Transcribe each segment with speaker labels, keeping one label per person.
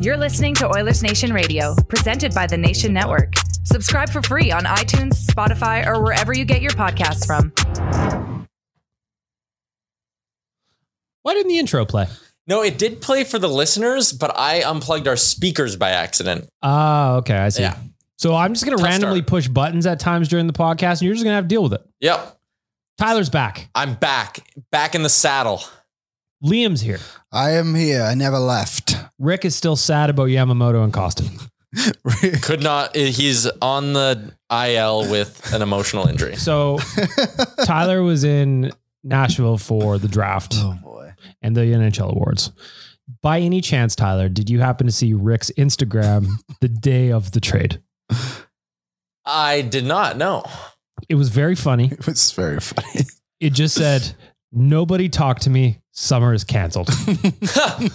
Speaker 1: You're listening to Oilers Nation Radio, presented by the Nation Network. Subscribe for free on iTunes, Spotify, or wherever you get your podcasts from.
Speaker 2: Why didn't the intro play?
Speaker 3: No, it did play for the listeners, but I unplugged our speakers by accident.
Speaker 2: Ah, okay, I see.
Speaker 3: Yeah.
Speaker 2: So I'm just going to
Speaker 3: Tough start.
Speaker 2: randomly push buttons at times during the podcast, and you're just going to have to deal with it.
Speaker 3: Yep.
Speaker 2: Tyler's back.
Speaker 3: I'm back, back in the saddle.
Speaker 2: Liam's here.
Speaker 4: I am here. I never left.
Speaker 2: Rick is still sad about Yamamoto and Costin.
Speaker 3: Could not, he's on the IL with an emotional injury.
Speaker 2: So Tyler was in Nashville for the draft
Speaker 4: Oh, boy.
Speaker 2: and the NHL awards. By any chance, Tyler, did you happen to see Rick's Instagram the day of the trade?
Speaker 3: I did not know.
Speaker 2: It was very funny.
Speaker 4: It was very funny.
Speaker 2: It just said, "Nobody talk to me. Summer is canceled."
Speaker 4: Yeah,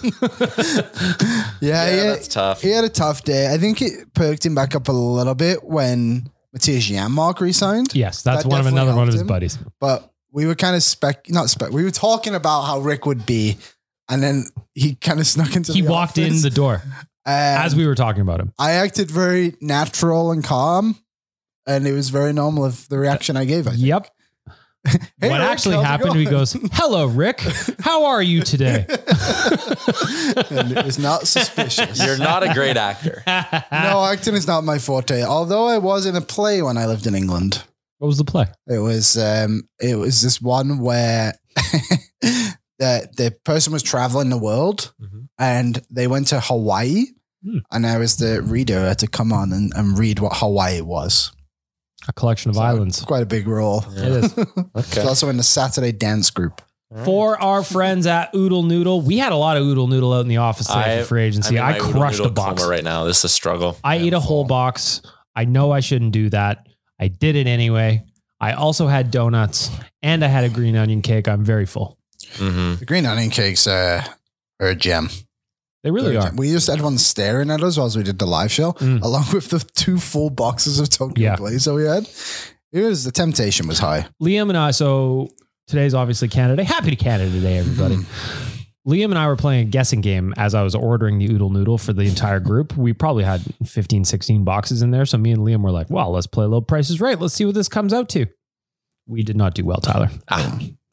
Speaker 3: Yeah,
Speaker 4: yeah.
Speaker 3: that's tough.
Speaker 4: He had a tough day. I think it perked him back up a little bit when Matthias Janmark resigned.
Speaker 2: Yes, that's
Speaker 4: That
Speaker 2: one of
Speaker 4: definitely
Speaker 2: another one of
Speaker 4: helped
Speaker 2: his
Speaker 4: him.
Speaker 2: buddies.
Speaker 4: But we were kind of spec, not spec. We were talking about how Rick would be, and then he kind of snuck into.
Speaker 2: He
Speaker 4: the
Speaker 2: walked in
Speaker 4: office.
Speaker 2: the door
Speaker 4: And
Speaker 2: as we were talking about him.
Speaker 4: I acted very natural and calm, and it was very normal of the reaction I gave. I think.
Speaker 2: Yep.
Speaker 4: Hey,
Speaker 2: what
Speaker 4: Rick,
Speaker 2: actually
Speaker 4: how's it
Speaker 2: happened? He
Speaker 4: going?
Speaker 2: goes, "Hello, Rick. How are you today?"
Speaker 4: and it was not suspicious.
Speaker 3: You're not a great actor.
Speaker 4: no, acting is not my forte. Although I was in a play when I lived in England.
Speaker 2: What was the play?
Speaker 4: It was um, it was this one where the the person was traveling the world
Speaker 2: Mhm.
Speaker 4: and they went to Hawaii,
Speaker 2: Hmm.
Speaker 4: and I was the reader I had to come on and, and read what Hawaii was.
Speaker 2: A collection of
Speaker 4: So
Speaker 2: islands.
Speaker 4: quite a big role.
Speaker 2: It is.
Speaker 4: It's also in the Saturday dance group.
Speaker 2: For our friends at Oodle Noodle, we had a lot of Oodle Noodle out in the office
Speaker 3: I-
Speaker 2: today for free agency.
Speaker 3: in
Speaker 2: I,
Speaker 3: my oodle
Speaker 2: crushed a
Speaker 3: noodle
Speaker 2: box.
Speaker 3: coma right now. This is a struggle.
Speaker 2: I ate a whole box. I know I shouldn't do that. I did it anyway. I also had donuts and I had a green onion cake. I'm very full.
Speaker 3: hmm
Speaker 4: The green onion cakes uh, are a gem.
Speaker 2: They really
Speaker 4: They're a
Speaker 2: are.
Speaker 4: gem. We just had one staring at us while we did the live show,
Speaker 2: Mm.
Speaker 4: along with the two full boxes of Tokyo
Speaker 2: Yeah.
Speaker 4: Glaze that we had. It was the temptation was high.
Speaker 2: Liam and I, so today's obviously Canada Day. Happy to Canada Day, everybody. Liam and I were playing a guessing game as I was ordering the oodle noodle for the entire group. We probably had 15, 16 boxes in there. So me and Liam were like, well, let's play a little prices right. Let's see what this comes out to. We did not do well, Tyler.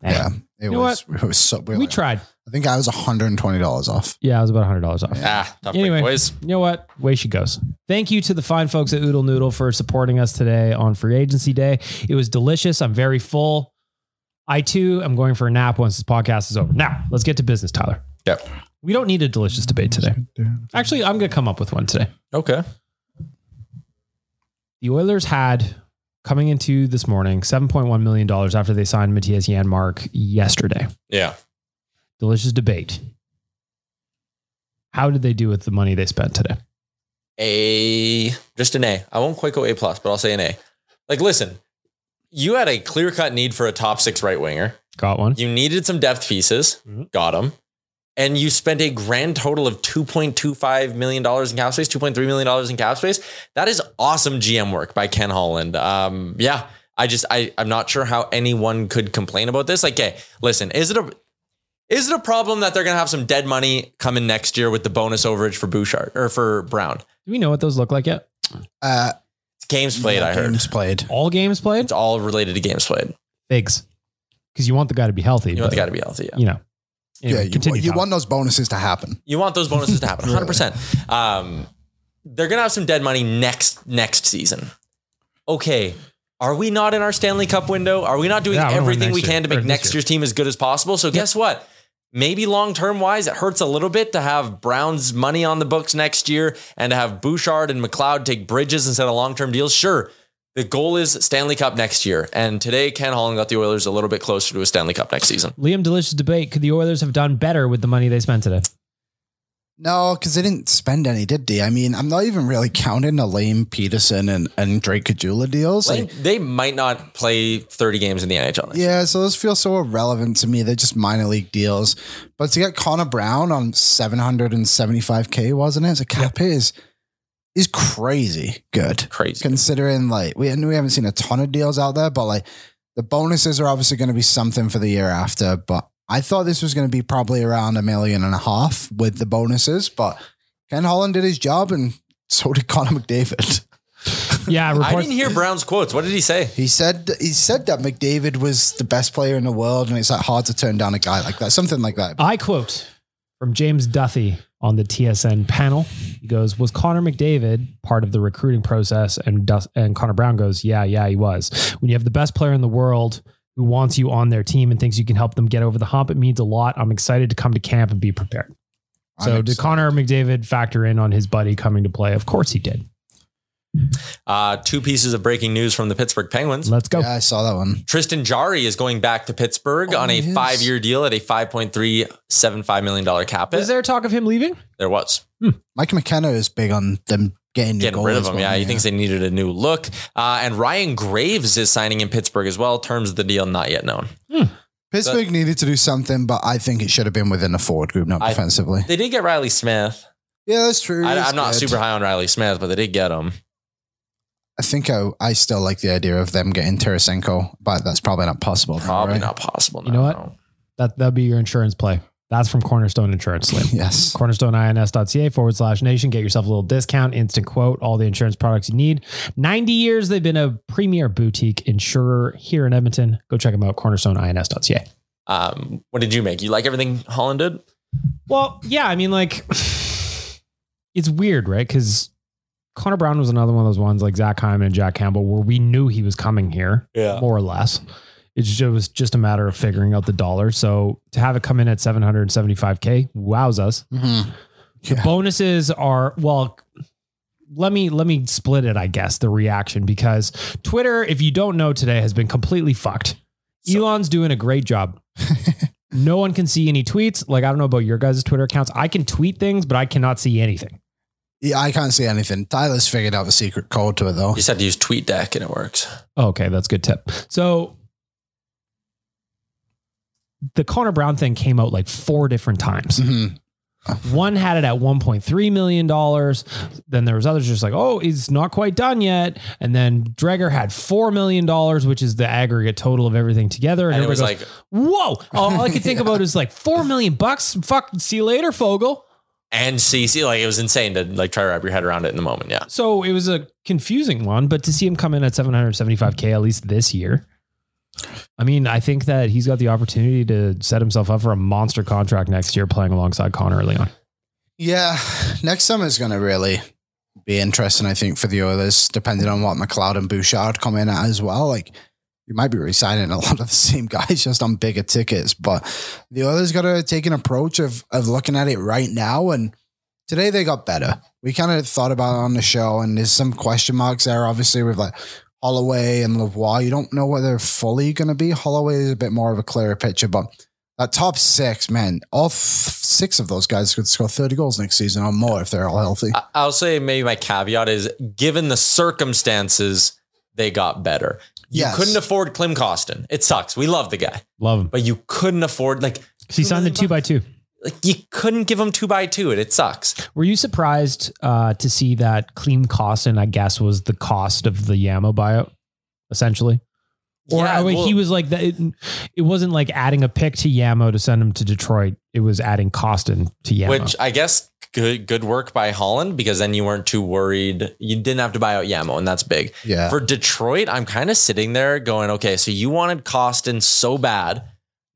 Speaker 4: Yeah, it
Speaker 2: You know
Speaker 4: was. It was so.
Speaker 2: We tried.
Speaker 4: I think I was $120 off.
Speaker 2: Yeah, I was about $100 off.
Speaker 3: Ah, tough
Speaker 2: Anyway.
Speaker 3: anyway. boys.
Speaker 2: You know what? Way she goes. Thank you to the fine folks at Oodle Noodle for supporting us today on Free Agency Day. It was delicious. I'm very full. I too am going for a nap once this podcast is over. Now, let's get to business, Tyler.
Speaker 3: Yep.
Speaker 2: We don't need a delicious debate today. Actually, I'm going to come up with one today.
Speaker 5: Okay.
Speaker 2: The Oilers had coming into this morning $7.1 million after they signed Matthias Janmark yesterday.
Speaker 5: Yeah.
Speaker 2: Delicious debate. How did they do with the money they spent today?
Speaker 5: A just an A. I won't quite go A plus, but I'll say an A. Like, listen, you had a clear cut need for a top six right winger.
Speaker 2: Got one.
Speaker 5: You needed some depth pieces,
Speaker 2: Mhm.
Speaker 5: got them, and you spent a grand total of two point two five million dollars in cap space, two point three million dollars in cap space. That is awesome GM work by Ken Holland. Um, yeah, I just I I'm not sure how anyone could complain about this. Like, hey, listen, is it a is it a problem that they're gonna have some dead money coming next year with the bonus overage for Bouchard or for Brown?
Speaker 2: Do we know what those look like yet?
Speaker 4: Uh,
Speaker 5: It's games played, I heard.
Speaker 4: Games played.
Speaker 2: All games played?
Speaker 5: It's all related to games played.
Speaker 2: Figs. Because you want the guy to be healthy.
Speaker 5: You want the
Speaker 2: but,
Speaker 5: guy to be healthy. Yeah.
Speaker 2: You know. Anyway,
Speaker 4: Yeah, you,
Speaker 2: continue,
Speaker 4: you
Speaker 2: Tom.
Speaker 4: want those bonuses to happen.
Speaker 5: You want those bonuses to happen 100%. Um, they're going to have some dead money next next season. Okay. Are we not in our Stanley Cup window? Are we not doing
Speaker 2: Yeah, I wanna win
Speaker 5: everything
Speaker 2: next
Speaker 5: we
Speaker 2: year,
Speaker 5: can to
Speaker 2: or
Speaker 5: make
Speaker 2: this
Speaker 5: next
Speaker 2: year.
Speaker 5: year's team as good as possible? So guess what? Maybe long term wise, it hurts a little bit to have Brown's money on the books next year and to have Bouchard and McLeod take bridges instead of long term deals. Sure, the goal is Stanley Cup next year. And today, Ken Holland got the Oilers a little bit closer to a Stanley Cup next season.
Speaker 2: Liam, delicious debate. Could the Oilers have done better with the money they spent today?
Speaker 4: No, because they didn't spend any, did they? I mean, I'm not even really counting the Lane Peterson and, and Drake Kajula deals.
Speaker 5: Like,
Speaker 4: Like,
Speaker 5: they might not play 30 games in the NHL. next
Speaker 4: yeah, so those feel so irrelevant to me. They're just minor league deals. But to get Connor Brown on 775K, wasn't it? The cap hit is is crazy good.
Speaker 5: crazy.
Speaker 4: Considering like we and we haven't seen a ton of deals out there, but like the bonuses are obviously going to be something for the year after. But I thought this was going to be probably around a million and a half with the bonuses. But Ken Holland did his job, and so did Connor McDavid.
Speaker 2: Yeah,
Speaker 5: I
Speaker 2: reports.
Speaker 5: didn't hear Brown's quotes. What did he say?
Speaker 4: He said he said that McDavid was the best player in the world, and it's like hard to turn down a guy like that. Something like that.
Speaker 2: I quote from James Duthie on the TSN panel. He goes, "Was Connor McDavid part of the recruiting process?" And Duth- and Connor Brown goes, "Yeah, yeah, he was. When you have the best player in the world who wants you on their team and thinks you can help them get over the hump, it means a lot. I'm excited to come to camp and be prepared."
Speaker 4: I'm
Speaker 2: So did
Speaker 4: excited.
Speaker 2: Connor McDavid factor in on his buddy coming to play? Of course he did.
Speaker 5: Uh, two pieces of breaking news from the Pittsburgh Penguins.
Speaker 2: Let's go.
Speaker 4: Yeah, I saw that one.
Speaker 5: Tristan Jari is going back to Pittsburgh
Speaker 4: Oh,
Speaker 5: on a
Speaker 4: he is.
Speaker 5: five-year deal at a five point three seven five million dollar cap.
Speaker 2: Was
Speaker 5: hit.
Speaker 2: there talk of him leaving?
Speaker 5: There was
Speaker 4: Mike McKenna is big on them getting new
Speaker 5: getting
Speaker 4: goals
Speaker 5: rid of
Speaker 4: as
Speaker 5: him.
Speaker 4: well,
Speaker 5: Yeah, he thinks they needed a new look. Uh, and Ryan Graves is signing in Pittsburgh as well. Terms of the deal not yet known.
Speaker 4: Pittsburgh needed to do something, but I think it should have been within the forward group, not
Speaker 5: I-
Speaker 4: defensively.
Speaker 5: They did get Riley Smith.
Speaker 4: yeah, that's true.
Speaker 5: I,
Speaker 4: He's
Speaker 5: I'm not
Speaker 4: good.
Speaker 5: super high on Riley Smith, but they did get him.
Speaker 4: I think I, I still like the idea of them getting Tarasenko, but that's probably not possible. now,
Speaker 5: Probably
Speaker 4: right?
Speaker 5: not possible.
Speaker 2: You
Speaker 5: no,
Speaker 2: know what?
Speaker 5: no.
Speaker 2: That that'd be your insurance play. That's from Cornerstone Insurance. Liam.
Speaker 4: Yes.
Speaker 2: cornerstoneins.ca forward slash nation. Get yourself a little discount, instant quote, all the insurance products you need. 90 years they've been a premier boutique insurer here in Edmonton. Go check them out, cornerstoneins.ca.
Speaker 5: Um, what did you make? You like everything Holland did?
Speaker 2: Well, yeah, I mean, like, it's weird, right? Because Connor Brown was another one of those ones like Zach Hyman and Jack Campbell where we knew he was coming here,
Speaker 5: Yeah.
Speaker 2: more or less. It's ju- It was just a matter of figuring out the dollar. So to have it come in at 775K wows us.
Speaker 4: Mhm.
Speaker 2: The bonuses are well let me let me split it i guess the reaction because twitter if you don't know today has been completely fucked elon's doing a great job no one can see any tweets like i don't know about your guys' twitter accounts i can tweet things but i cannot see anything
Speaker 4: Yeah, I can't see anything. Tyler's figured out the secret code to it, though.
Speaker 5: You just have to use TweetDeck and it works.
Speaker 2: okay that's a good tip so the connor brown thing came out like four different times
Speaker 5: Mm-hmm.
Speaker 4: Mhm.
Speaker 2: One had it at $1.3 million. Then there was others just like, oh, it's not quite done yet. And then Dreger had $4 million, which is the aggregate total of everything together.
Speaker 5: And it was
Speaker 2: everybody
Speaker 5: like,
Speaker 2: goes, whoa, all I could think about is like 4 million bucks. Fuck, see you later, Fogel.
Speaker 5: and CC. Like it was insane to like try to wrap your head around it in the moment. Yeah.
Speaker 2: So it was a confusing one, but to see him come in at 775K, at least this year, I mean, I think that he's got the opportunity to set himself up for a monster contract next year playing alongside Connor early on.
Speaker 4: Yeah. Next summer is going to really be interesting, I think, for the Oilers, depending on what McLeod and Bouchard come in at as well. Like, you might be resigning a lot of the same guys just on bigger tickets. But the others got to take an approach of of looking at it right now. And today they got better. We kind of thought about it on the show, and there's some question marks there, obviously, with like Holloway and Lavoie. You don't know what they're fully going to be. Holloway is a bit more of a clearer picture, but that top six, man, all th- six of those guys could score 30 goals next season or more if they're all healthy.
Speaker 5: I- I'll say maybe my caveat is given the circumstances, they got better. You
Speaker 4: Yes.
Speaker 5: couldn't afford Clem Costin. It sucks. We love the guy,
Speaker 2: Love him.
Speaker 5: but you couldn't afford like
Speaker 2: She signed the two by two.
Speaker 5: like you couldn't give him two by two. It it sucks.
Speaker 2: Were you surprised uh, to see that Clean Costin, I guess, was the cost of the Yamo buyout, essentially? Or
Speaker 5: Yeah,
Speaker 2: I mean,
Speaker 5: well-
Speaker 2: he was like that. It, it wasn't like adding a pick to Yamo to send him to Detroit. It was adding Costin to Yamo.
Speaker 5: Which I guess good good work by Holland because then you weren't too worried. You didn't have to buy out Yamo, and that's big.
Speaker 4: Yeah.
Speaker 5: For Detroit, I'm kind of sitting there going, okay, so you wanted Costin so bad.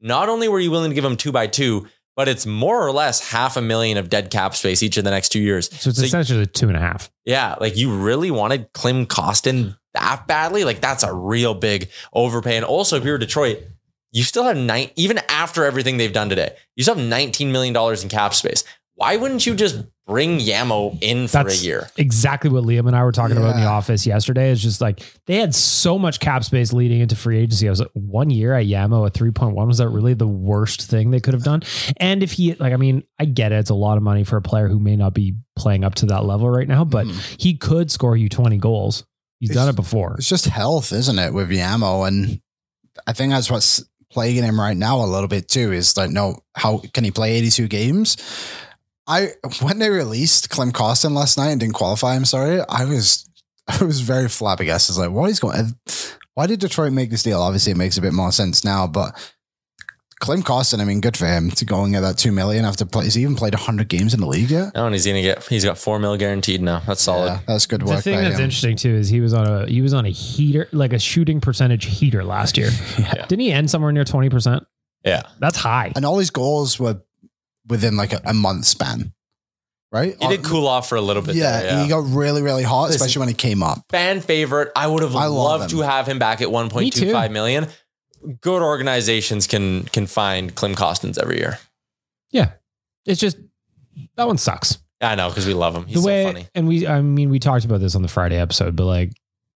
Speaker 5: Not only were you willing to give him two by two, but it's more or less half a million of dead cap space each of the next two years.
Speaker 2: so it's essentially two and a half.
Speaker 5: Yeah, like you really wanted Clem Costin that badly. Like that's a real big overpay. And also, if you're Detroit, you still have nine. Even after everything they've done today, you still have 19 million dollars in cap space. Why wouldn't you just bring Yamo in for
Speaker 2: That's
Speaker 5: a year?
Speaker 2: exactly what Liam and I were talking about in the
Speaker 4: Yeah.
Speaker 2: office yesterday. It's just like they had so much cap space leading into free agency. I was like, one year at Yamo at 3.1, was that really the worst thing they could have done? And if he, like, I mean, I get it. It's a lot of money for a player who may not be playing up to that level right now, but he could score you 20 goals. He's done it before.
Speaker 4: It's just health, isn't it, with Yamo? And I think that's what's plaguing him right now a little bit too. Is like, no, how can he play 82 games? I when they released Clem Costin last night and didn't qualify, I'm sorry, I was I was very flabbergasted. It's like, what is going? Why did Detroit make this deal? Obviously, it makes a bit more sense now, but. Clem Costin, I mean, good for him to go and get that two million after play. He's even played hundred games in the league yet.
Speaker 5: Oh, and he's gonna get. He's got four mil guaranteed now. That's solid.
Speaker 4: Yeah, that's good work.
Speaker 2: The thing
Speaker 4: by
Speaker 2: that's
Speaker 4: him.
Speaker 2: interesting too is he was on a he was on a heater like a shooting percentage heater last year. Didn't he end somewhere near twenty percent?
Speaker 5: Yeah.
Speaker 2: That's high.
Speaker 4: and all his goals were within like a, a month span, right?
Speaker 5: He did cool off for a little bit.
Speaker 4: Yeah,
Speaker 5: there, yeah.
Speaker 4: he got really, really hot,
Speaker 5: Listen-
Speaker 4: especially when he came up.
Speaker 5: fan favorite. I would have
Speaker 4: I love
Speaker 5: loved
Speaker 4: him.
Speaker 5: to have him back at
Speaker 2: Me too.
Speaker 5: 1.25 million. Good organizations can can find Clem Costins every year.
Speaker 2: Yeah. It's just that one sucks.
Speaker 5: I know because we love him. He's
Speaker 2: the way,
Speaker 5: so funny.
Speaker 2: and we, I mean, we talked about this on the Friday episode, but like,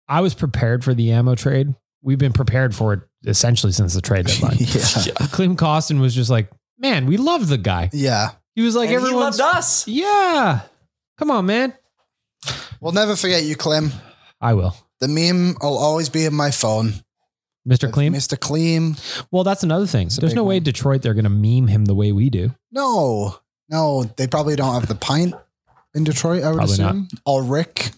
Speaker 2: I was prepared for the ammo trade. We've been prepared for it essentially since the trade deadline.
Speaker 4: yeah.
Speaker 2: Clem Costin was just like, man, we love the guy.
Speaker 4: yeah.
Speaker 2: He was like,
Speaker 5: And he
Speaker 2: everyone's,
Speaker 5: loved us.
Speaker 2: yeah, come on, man.
Speaker 4: We'll never forget you, Clem.
Speaker 2: I will,
Speaker 4: The meme will always be in my phone.
Speaker 2: Mister Clem.
Speaker 4: Mr. Clean.
Speaker 2: Well, that's another thing.
Speaker 4: It's a
Speaker 2: There's
Speaker 4: big
Speaker 2: no way
Speaker 4: one.
Speaker 2: Detroit they're gonna meme him the way we do.
Speaker 4: No, no, they probably don't have the pint in Detroit, I would
Speaker 2: Probably
Speaker 4: assume. Or Rick.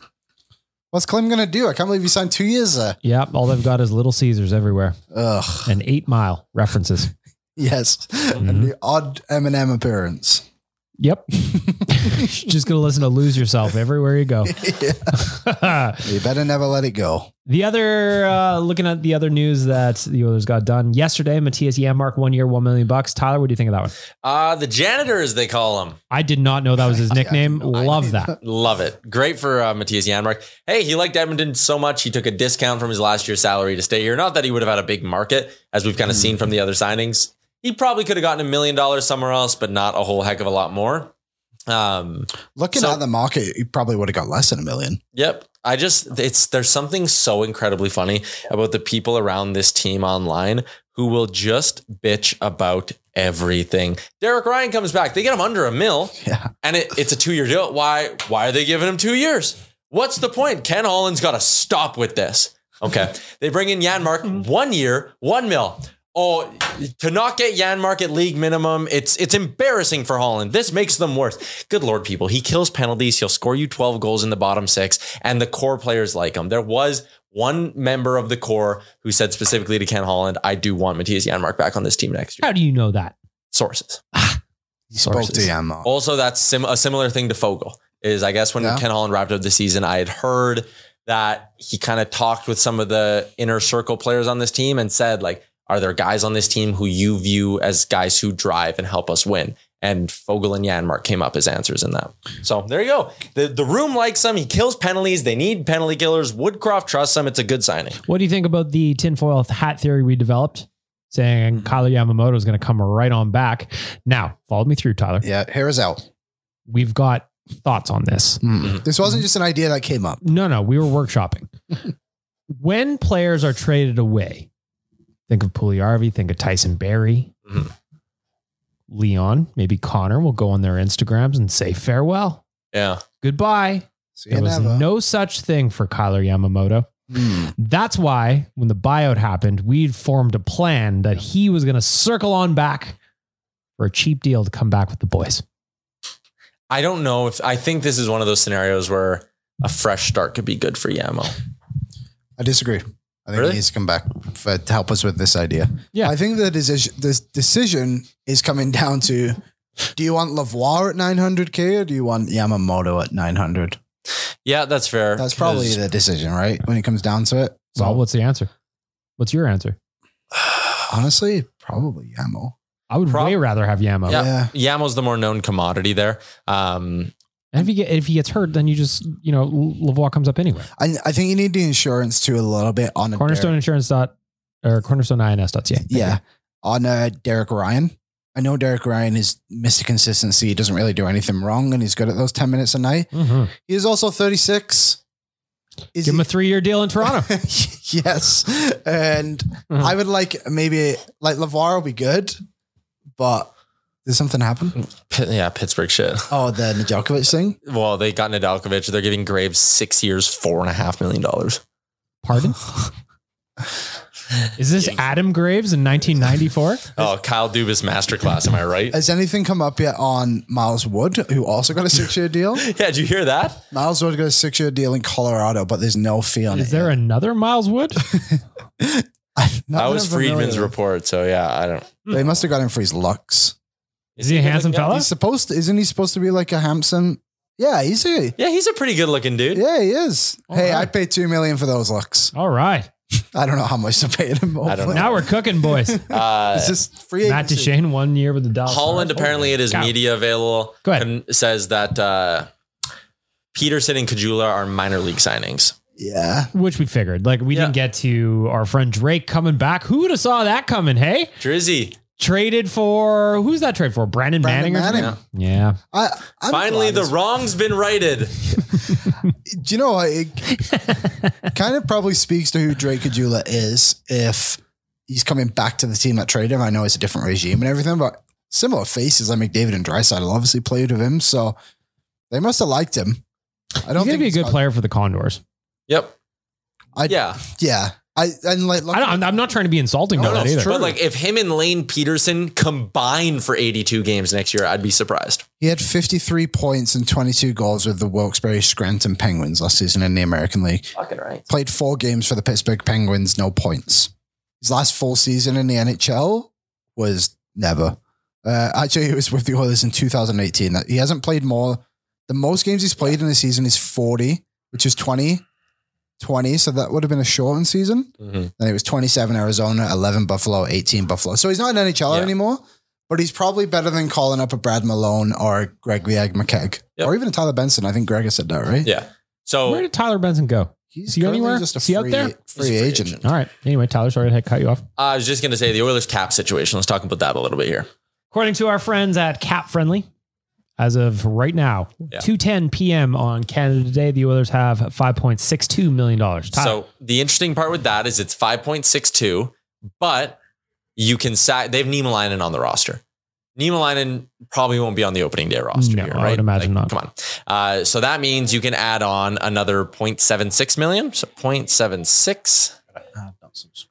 Speaker 4: What's Clem going to do? I can't believe he signed two years there.
Speaker 2: Yeah, all they've got is Little Caesars everywhere
Speaker 4: Ugh.
Speaker 2: and Eight Mile references.
Speaker 4: Yes.
Speaker 2: Mm-hmm.
Speaker 4: And the odd Eminem appearance.
Speaker 2: Yep, just gonna listen to "Lose Yourself" everywhere you go.
Speaker 4: You better never let it go.
Speaker 2: The other, uh, looking at the other news that the Oilers got done yesterday, Matthias Yamark, one year, one million bucks. Tyler, what do you think of that one?
Speaker 5: Uh, the janitors, they call him.
Speaker 2: I did not know that was his nickname. Love that.
Speaker 5: Love it. Great for uh, Matthias Janmark. Hey, he liked Edmonton so much, he took a discount from his last year's salary to stay here. Not that he would have had a big market, as we've kind
Speaker 4: Mm.
Speaker 5: of seen from the other signings. He probably could have gotten a million dollars somewhere else, but not a whole heck of a lot more. Um,
Speaker 4: Looking
Speaker 5: So-
Speaker 4: at the market, you probably would have got less than a million.
Speaker 5: Yep. I just it's there's something so incredibly funny about the people around this team online who will just bitch about everything. Derek Ryan comes back. They get him under a mil.
Speaker 4: Yeah.
Speaker 5: And it, it's a two-year deal. Why why are they giving him two years? What's the point? Ken Holland's gotta stop with this. Okay. They bring in Yanmark one year, one mil. Oh, to not get Yanmark at league minimum, it's it's embarrassing for Holland. This makes them worse. Good lord, people. He kills penalties. He'll score you 12 goals in the bottom six, and the core players like him. There was one member of the core who said specifically to Ken Holland, I do want Matthias Yanmark back on this team next year.
Speaker 2: How do you know that?
Speaker 5: Sources.
Speaker 4: He spoke to
Speaker 2: Sources.
Speaker 4: Jan Mark.
Speaker 5: Also, that's sim- a similar thing to Fogel. Is I guess when
Speaker 4: Yeah.
Speaker 5: Ken Holland wrapped up the season, I had heard that he kind of talked with some of the inner circle players on this team and said, like, are there guys on this team who you view as guys who drive and help us win? And Fogel and Yanmark came up as answers in that. So there you go. The, the room likes him. He kills penalties. They need penalty killers. Woodcroft trusts him. It's a good signing.
Speaker 2: What do you think about the tinfoil hat theory we developed? Saying Kyler Yamamoto is going to come right on back. Now, follow me through, Tyler.
Speaker 4: Yeah, hair is out.
Speaker 2: We've got thoughts on this.
Speaker 4: This wasn't just an idea that came up.
Speaker 2: No, no, we were workshopping. when players are traded away, think of Puliarvi, think of Tyson Berry,
Speaker 5: Mhm.
Speaker 2: Leon, maybe Connor will go on their Instagrams and say farewell,
Speaker 5: Yeah.
Speaker 2: goodbye.
Speaker 4: See
Speaker 2: There
Speaker 4: you
Speaker 2: was
Speaker 4: never.
Speaker 2: no such thing for Kyler Yamamoto.
Speaker 4: Hmm.
Speaker 2: That's why when the buyout happened, we formed a plan that he was going to circle on back for a cheap deal to come back with the boys.
Speaker 5: I don't know if I think this is one of those scenarios where a fresh start could be good for Yamo.
Speaker 4: I disagree. I think
Speaker 5: Really?
Speaker 4: he needs to come back for, to help us with this idea.
Speaker 2: Yeah.
Speaker 4: I think the decision, this decision is coming down to do you want Lavoie at 900K or do you want Yamamoto at 900?
Speaker 5: Yeah, that's fair.
Speaker 4: That's probably
Speaker 5: 'Cause-
Speaker 4: the decision, right? When it comes down to it.
Speaker 2: So, what's the answer? What's your answer?
Speaker 4: honestly, probably Yamo.
Speaker 2: I would
Speaker 5: Prob-
Speaker 2: way rather have Yamo.
Speaker 5: yeah.
Speaker 4: Yeah.
Speaker 5: Yamo's the more known commodity there. Um,
Speaker 2: And if he get, if he gets hurt, then you just you know Lavoie comes up anyway.
Speaker 4: I, I think you need the insurance too a little bit on a
Speaker 2: Cornerstone
Speaker 4: Derek-
Speaker 2: Insurance dot or Cornerstone INS dot ca.
Speaker 4: yeah, on uh, Derek Ryan. I know Derek Ryan is Mr. Consistency. He doesn't really do anything wrong, and he's good at those ten minutes a night.
Speaker 2: Mhm.
Speaker 4: He is also thirty six. Is
Speaker 2: Give him a three year deal in Toronto.
Speaker 4: yes, and
Speaker 2: Uh-huh.
Speaker 4: I would like maybe like Lavar will be good, but did something happen?
Speaker 5: Pitt- yeah, Pittsburgh shit.
Speaker 4: Oh, the Nijelkovic thing.
Speaker 5: Well, they got Nadalkovich. They're giving Graves six years, four and a half million dollars.
Speaker 2: Pardon? Is this Adam Graves in 1994?
Speaker 5: Oh, Kyle Dubas masterclass. Am I right?
Speaker 4: Has anything come up yet on Miles Wood, who also got a six year deal?
Speaker 5: Yeah, did you hear that?
Speaker 4: Miles Wood got a six year deal in Colorado, but there's no fee on it.
Speaker 2: Is there another Miles Wood?
Speaker 5: that was Friedman's report. So yeah, I don't.
Speaker 4: They must have got him for his looks.
Speaker 2: Is he a
Speaker 5: good
Speaker 2: handsome
Speaker 5: looking guy?
Speaker 2: fella?
Speaker 4: He's supposed to, isn't he supposed to be like a Hampson? Yeah, he's a,
Speaker 5: Yeah, he's a pretty good looking dude.
Speaker 4: yeah, he is.
Speaker 2: All
Speaker 4: hey,
Speaker 2: right.
Speaker 4: I paid two million for those looks.
Speaker 2: All right,
Speaker 4: I don't know how much to pay him.
Speaker 5: I don't know.
Speaker 2: now we're cooking, boys.
Speaker 5: Uh,
Speaker 4: It's just free
Speaker 2: Matt
Speaker 4: agency.
Speaker 2: Duchene, one year with the Dallas.
Speaker 5: Holland
Speaker 2: Stars.
Speaker 5: apparently it is
Speaker 2: cow.
Speaker 5: media available.
Speaker 2: Go ahead.
Speaker 5: con- Says that uh, Peterson and Kajula are minor league signings.
Speaker 4: Yeah,
Speaker 2: Which we figured. Like we
Speaker 5: Yeah.
Speaker 2: didn't get to our friend Drake coming back. Who would have saw that coming? Hey,
Speaker 5: Drizzy,
Speaker 2: traded for who's that trade for? Brandon,
Speaker 4: Brandon
Speaker 2: Manning. or something?
Speaker 4: Manning.
Speaker 2: Yeah.
Speaker 4: I, I'm
Speaker 5: finally
Speaker 4: glad
Speaker 5: the
Speaker 4: it's-
Speaker 5: wrong's been righted.
Speaker 4: Do you know what? It kind of probably speaks to who Drake Adula is if he's coming back to the team that traded him. I know it's a different regime and everything, but similar faces like McDavid and Drysaddle obviously played with him, so they must have liked him. I
Speaker 2: He's
Speaker 4: don't
Speaker 2: gonna
Speaker 4: think
Speaker 2: be a
Speaker 4: he's
Speaker 2: good
Speaker 4: got-
Speaker 2: player for the Condors.
Speaker 5: Yep.
Speaker 4: I, yeah,
Speaker 5: Yeah.
Speaker 4: yeah. I and like
Speaker 2: I don't, I'm- I'm not trying to be insulting
Speaker 5: No, no,
Speaker 2: about that either.
Speaker 5: But like if him and Lane Peterson combine for 82 games next year, I'd be surprised.
Speaker 4: he had 53 points and 22 goals with the Wilkes-Barre Scranton Penguins last season in the American League.
Speaker 5: Fucking right.
Speaker 4: Played four games for the Pittsburgh Penguins, no points. His last full season in the NHL was never. Uh, actually, it was with the Oilers in 2018. That- He hasn't played more. The most games he's played in the season is 40, which is 20. 20, so that would have been a shortened season. And it was 27 Arizona, 11 Buffalo, 18 Buffalo. So he's not an NHLer
Speaker 5: Yeah.
Speaker 4: anymore, but he's probably better than calling up a Brad Malone or a Greg the Egg McKegg
Speaker 5: Yep.
Speaker 4: or even a Tyler Benson. I think Greg has said that, right?
Speaker 5: Yeah. So
Speaker 2: Where did Tyler Benson go? Is he
Speaker 4: currently
Speaker 2: anywhere? Is he out
Speaker 4: free,
Speaker 2: there?
Speaker 4: free,
Speaker 5: He's a free
Speaker 4: agent.
Speaker 5: agent.
Speaker 2: All right. Anyway, Tyler, sorry I cut you off.
Speaker 5: I was just going to say the Oilers cap situation. Let's talk about that a little bit here.
Speaker 2: According to our friends at Cap Friendly, as of right now,
Speaker 5: Yeah.
Speaker 2: 2:10 p.m. on Canada Day, the Oilers have 5.62 million dollars.
Speaker 5: So the interesting part with that is it's 5.62, but you can sack. They have Niemelainen on the roster. Niemelainen probably won't be on the opening day roster
Speaker 2: No,
Speaker 5: here,
Speaker 2: I would
Speaker 5: right?
Speaker 2: imagine not.
Speaker 5: Come on. Uh, so that means you can add on another 0.76 million. So 0.76,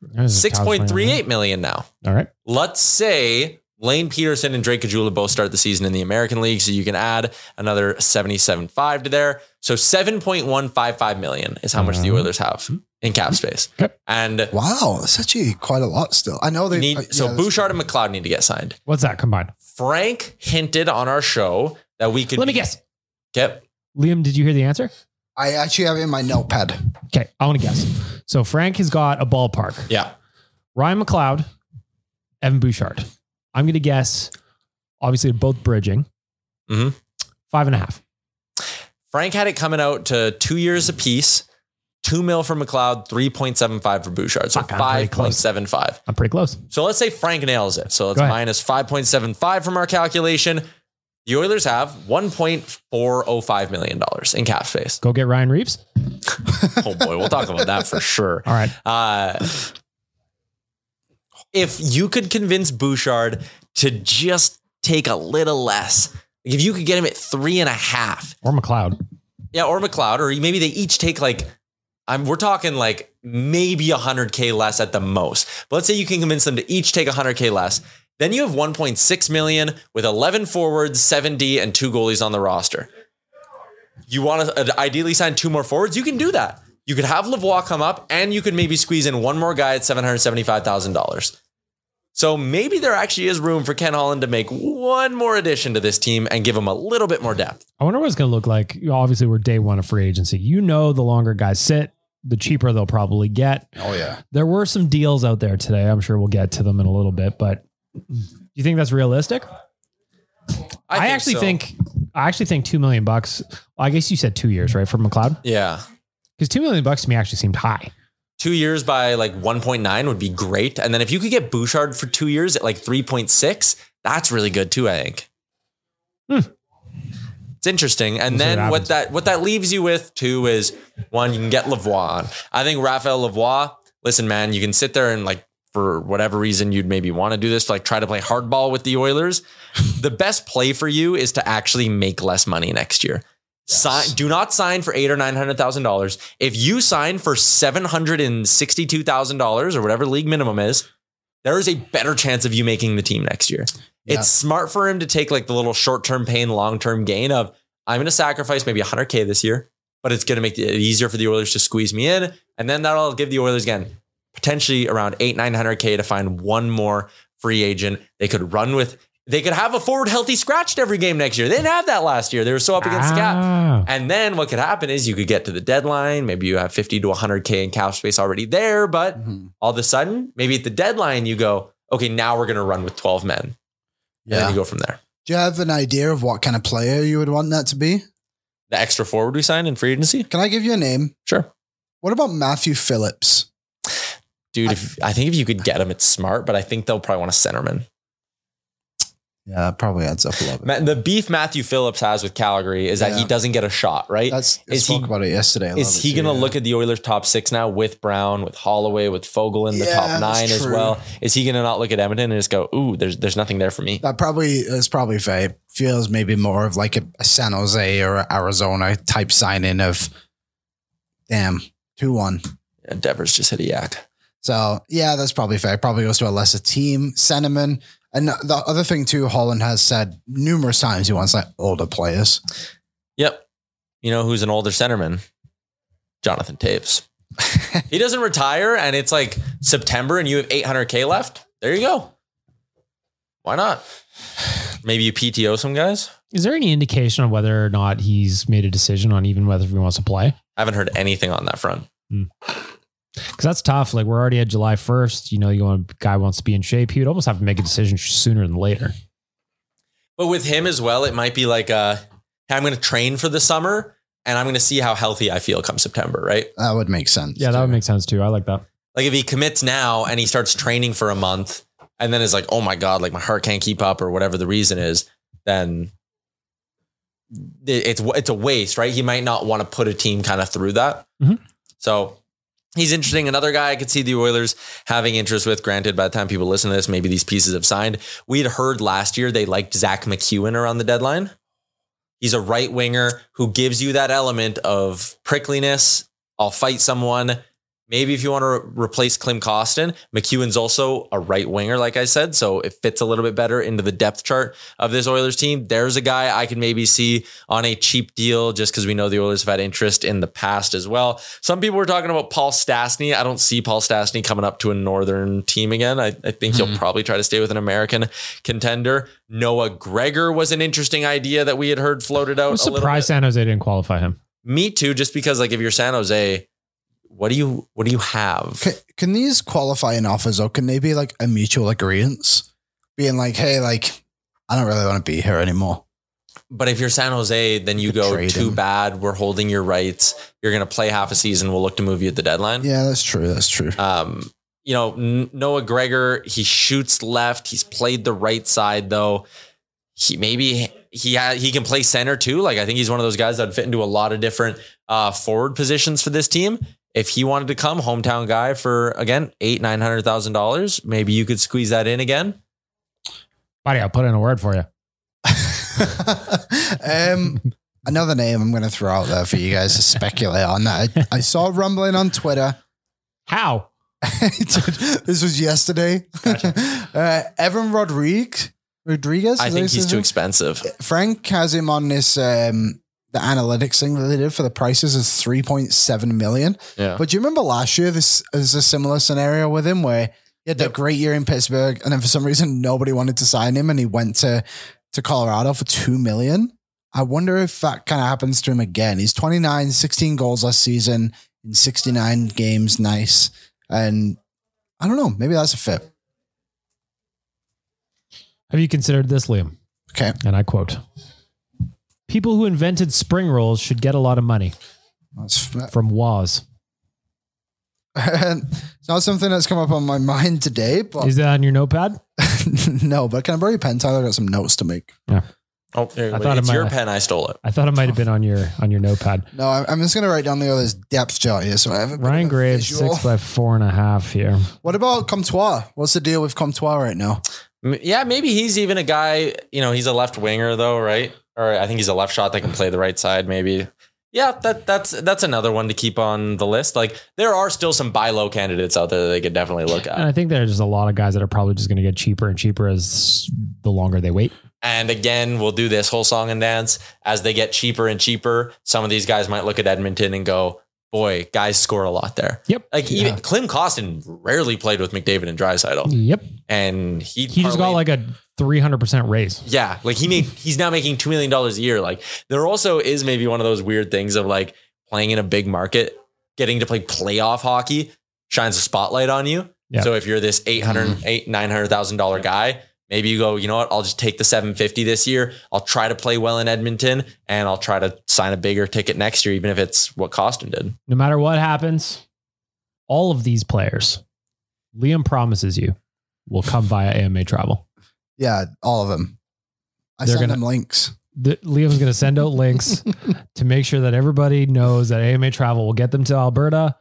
Speaker 2: There's a Tyler Friendly.
Speaker 5: 6.38 million now.
Speaker 2: All right.
Speaker 5: Let's say Lane Peterson and Drake Kajula both start the season in the American League, so you can add another 77.5 to there. So 7.155 million is how much the
Speaker 2: Mhm.
Speaker 5: Oilers have in cap space.
Speaker 2: Mm-hmm. Okay.
Speaker 5: And
Speaker 4: Wow, that's actually quite a lot still. I know they
Speaker 5: you need
Speaker 4: uh,
Speaker 5: so
Speaker 4: yeah, that's-
Speaker 5: Bouchard and McLeod need to get signed.
Speaker 2: What's that combined?
Speaker 5: Frank hinted on our show that we could
Speaker 2: Let me guess.
Speaker 5: Yep.
Speaker 2: Liam, did you hear the answer?
Speaker 4: I actually have it in my notepad.
Speaker 2: Okay, I want to guess. So Frank has got a ballpark.
Speaker 5: Yeah.
Speaker 2: Ryan McLeod, Evan Bouchard. I'm going to guess Obviously, both bridging.
Speaker 5: Mhm.
Speaker 2: Five and a half.
Speaker 5: Frank had it coming out to two years apiece, two mil for McLeod, 3.75 for Bouchard. So
Speaker 2: Fuck, I'm pretty close.
Speaker 5: 5.75.
Speaker 2: I'm pretty close.
Speaker 5: So let's say Frank nails it. So it's
Speaker 2: Go ahead.
Speaker 5: minus 5.75 from our calculation. The Oilers have $1.405 million in cap space.
Speaker 2: Go get Ryan Reeves.
Speaker 5: Oh boy, we'll talk about that for sure.
Speaker 2: All right.
Speaker 5: Uh, if you could convince Bouchard to just take a little less, if you could get him at three and a half,
Speaker 2: Or McLeod.
Speaker 5: yeah, or McLeod, or maybe they each take like, I'm, we're talking like maybe 100K less at the most. But let's say you can convince them to each take 100K less. Then you have 1.6 million with 11 forwards, 70, and two goalies on the roster. You want to uh, ideally sign two more forwards? You can do that. You could have Lavoie come up and you could maybe squeeze in one more guy at $775,000. So maybe there actually is room for Ken Holland to make one more addition to this team and give him a little bit more depth.
Speaker 2: I wonder what it's going to look like. Obviously, we're day one of free agency. You know, the longer guys sit, the cheaper they'll probably get.
Speaker 4: Oh yeah.
Speaker 2: There were some deals out there today. I'm sure we'll get to them in a little bit, but do you think that's realistic? I,
Speaker 5: think
Speaker 2: actually
Speaker 5: so.
Speaker 2: think I actually think two million bucks. I guess you said two years, right, for McLeod?
Speaker 5: Yeah.
Speaker 2: Because two million bucks to me actually seemed high.
Speaker 5: two years by like 1.9 would be great. And then if you could get Bouchard for two years at like 3.6, that's really good too, I think. It's interesting. And
Speaker 2: Hmm. We'll see
Speaker 5: then
Speaker 2: what
Speaker 5: what
Speaker 2: happens.
Speaker 5: that what that leaves you with too is one, you can get Lavoie on. I think Raphael Lavoie, listen, man, you can sit there and like for whatever reason you'd maybe want to do this, like try to play hardball with the Oilers. the best play for you is to actually make less money next year. Sign, do not sign for eight or nine hundred thousand dollars. If you sign for seven hundred and sixty-two thousand dollars or whatever league minimum is, there is a better chance of you making the team next year.
Speaker 4: Yeah.
Speaker 5: It's smart for him to take like the little short-term pain, long-term gain of I'm going to sacrifice maybe hundred k this year, but it's going to make it easier for the Oilers to squeeze me in, and then that'll give the Oilers again potentially around eight nine hundred k to find one more free agent they could run with. They could have a forward healthy scratched every game next year. They didn't have that last year. They were so up against the cap.
Speaker 2: Ah.
Speaker 5: And then what could happen is you could get to the deadline. Maybe you have 50 to 100K in cap space already there, but
Speaker 4: Mm-hmm.
Speaker 5: all of a sudden, maybe at the deadline, you go, okay, now we're going to run with 12 men. And then you go from there.
Speaker 4: Do you have an idea of what kind of player you would want that to be?
Speaker 5: The extra forward we signed in free agency?
Speaker 4: Can I give you a name?
Speaker 5: Sure.
Speaker 4: What about Matthew Phillips?
Speaker 5: Dude, if, I think if you could get him, it's smart, but I think they'll probably want a centerman.
Speaker 4: Yeah, that probably adds up a little
Speaker 5: Ma- The beef Matthew Phillips has with Calgary is that
Speaker 4: Yeah.
Speaker 5: he doesn't get a shot, right?
Speaker 4: That's I
Speaker 5: Is he-
Speaker 4: spoke about it yesterday. a
Speaker 5: is
Speaker 4: little
Speaker 5: he
Speaker 4: bit too,
Speaker 5: going to
Speaker 4: yeah.
Speaker 5: look at the Oilers' top six now with Brown, with Holloway, with Fogle in the
Speaker 4: Yeah,
Speaker 5: top
Speaker 4: that's
Speaker 5: nine as
Speaker 4: true.
Speaker 5: well? Is he going to not look at Edmonton and just go, "Ooh, there's there's nothing there for me"?
Speaker 4: That probably is probably fair. Feels maybe more of like a, a San Jose or a Arizona type signing of damn two one.
Speaker 5: And Devers just hit a yak.
Speaker 4: So yeah, that's probably fair. Probably goes to a lesser team. Sentiment. And the other thing too, Holland has said numerous times he wants like older players.
Speaker 5: Yep. You know who's an older centerman? Jonathan Taves. he doesn't retire, and it's like September, and you have 800k left. There you go. Why not? Maybe you PTO some guys.
Speaker 2: Is there any indication on whether or not he's made a decision on even whether he wants to play?
Speaker 5: I haven't heard anything on that front.
Speaker 2: Because that's tough. Like we're already at July first. You know, you want guy wants to be in shape. He would almost have to make a decision sooner than later.
Speaker 5: But with him as well, it might be like, uh, hey, I'm going to train for the summer, and I'm going to see how healthy I feel come September, right?
Speaker 4: That would make sense.
Speaker 2: Yeah, that would make sense too. I like that.
Speaker 5: Like if he commits now and he starts training for a month and then is like, oh my God, like my heart can't keep up or whatever the reason is, then it- it's it's a waste, right? He might not want to put a team kind of through that.
Speaker 2: Mhm.
Speaker 5: So he's interesting. Another guy I could see the Oilers having interest with. Granted, by the time people listen to this, maybe these pieces have signed. We had heard last year they liked Zach McEwen around the deadline. He's a right winger who gives you that element of prickliness. I'll fight someone. Maybe if you want to re- replace Klim Costin, McEwen's also a right winger, like I said, so it fits a little bit better into the depth chart of this Oilers team. There's a guy I can maybe see on a cheap deal just because we know the Oilers have had interest in the past as well. Some people were talking about Paul Stastny. I don't see Paul Stastny coming up to a Northern team again. I, I think he'll probably try to stay with an American contender. Noah Gregor was an interesting idea that we had heard floated out.
Speaker 2: I was
Speaker 5: a little
Speaker 2: surprised
Speaker 5: bit.
Speaker 2: San Jose didn't qualify him.
Speaker 5: Me too, just because like if you're San Jose, what do you what do you have?
Speaker 4: Can, can these qualifying offers or can they be like a mutual agreement? Being like, hey, like I don't really want to be here anymore.
Speaker 5: But if you're San Jose, then you go
Speaker 4: Betrayed
Speaker 5: too
Speaker 4: him.
Speaker 5: bad. We're holding your rights. You're going to play half a season. We'll look to move you at the deadline.
Speaker 4: Yeah, that's true. That's true.
Speaker 5: Um, you know, N- Noah Gregor, he shoots left. He's played the right side though. He maybe he ha- he can play center too. Like I think he's one of those guys that would fit into a lot of different uh, forward positions for this team. If he wanted to come, hometown guy for again eight nine hundred thousand dollars, maybe you could squeeze that in again.
Speaker 2: Buddy, I'll put in a word for you.
Speaker 4: um, another name I'm going to throw out there for you guys to speculate on. I, I saw rumbling on Twitter.
Speaker 2: How?
Speaker 4: this was yesterday. Uh, Evan Rodriguez. Rodriguez.
Speaker 5: I
Speaker 4: is that
Speaker 5: think
Speaker 4: his
Speaker 5: he's too
Speaker 4: name?
Speaker 5: expensive.
Speaker 4: Frank has him on this um the analytics thing that they did for the prices is 3.7 million.
Speaker 5: Yeah.
Speaker 4: But do you remember last year this is a similar scenario with him where he had that great year in Pittsburgh and then for some reason nobody wanted to sign him and he went to to Colorado for 2 million. I wonder if that kind of happens to him again. He's 29, 16 goals last season in 69 games, nice. And I don't know, maybe that's a fit.
Speaker 2: Have you considered this, Liam?
Speaker 4: Okay.
Speaker 2: And I quote People who invented spring rolls should get a lot of money
Speaker 4: That's
Speaker 2: from Waz.
Speaker 4: it's not something that's come up on my mind today, but
Speaker 2: Is that on your notepad?
Speaker 4: no, but can I borrow your pen, Tyler? I got some notes to make.
Speaker 5: Oh, there you
Speaker 2: I
Speaker 5: go.
Speaker 2: thought it
Speaker 5: it's
Speaker 2: might-
Speaker 5: your pen. I stole it.
Speaker 2: I thought it might have been on your on your notepad.
Speaker 4: No, I- I'm just going to write down the others depth chart here. So I have a bit
Speaker 2: Ryan
Speaker 4: of a
Speaker 2: Graves,
Speaker 4: visual.
Speaker 2: six by four and a half here.
Speaker 4: What about Comtois? What's the deal with Comtois right now?
Speaker 5: M- Yeah, maybe he's even a guy. You know, he's a left winger though, right? Or I think he's a left shot that can play the right side. Maybe. Yeah, that that's that's another one to keep on the list. Like there are still some buy low candidates out there that they could definitely look
Speaker 2: And I
Speaker 5: at.
Speaker 2: think there's just a lot of guys that are probably just going to get cheaper and cheaper as the longer they wait.
Speaker 5: And again, we'll do this whole song and dance as they get cheaper and cheaper. Some of these guys might look at Edmonton and go, "Boy, guys score a lot there."
Speaker 2: Yep.
Speaker 5: Like even Clem Costin rarely played with McDavid and Drysaitel,
Speaker 2: Yep.
Speaker 5: and he
Speaker 2: Mm. He just got
Speaker 5: parlayed-
Speaker 2: like a 300% raise.
Speaker 5: Yeah, like he made he's now making two million dollars a year. Like there also is maybe one of those weird things of like playing in a big market, getting to play playoff hockey shines a spotlight on you.
Speaker 2: Yeah.
Speaker 5: So if you're this eight hundred eight nine hundred thousand dollar guy, maybe you go, you know what? I'll just take the seven fifty this year. I'll try to play well in Edmonton, and I'll try to sign a bigger ticket next year, even if it's what Costin did.
Speaker 2: no matter what happens, all of these players, Liam promises you, will come via AMA travel.
Speaker 4: Yeah, all of them. I
Speaker 2: They're
Speaker 4: send
Speaker 2: gonna-
Speaker 4: them links.
Speaker 2: The, Liam's going to send out links to make sure that everybody knows that AMA travel will get them to Alberta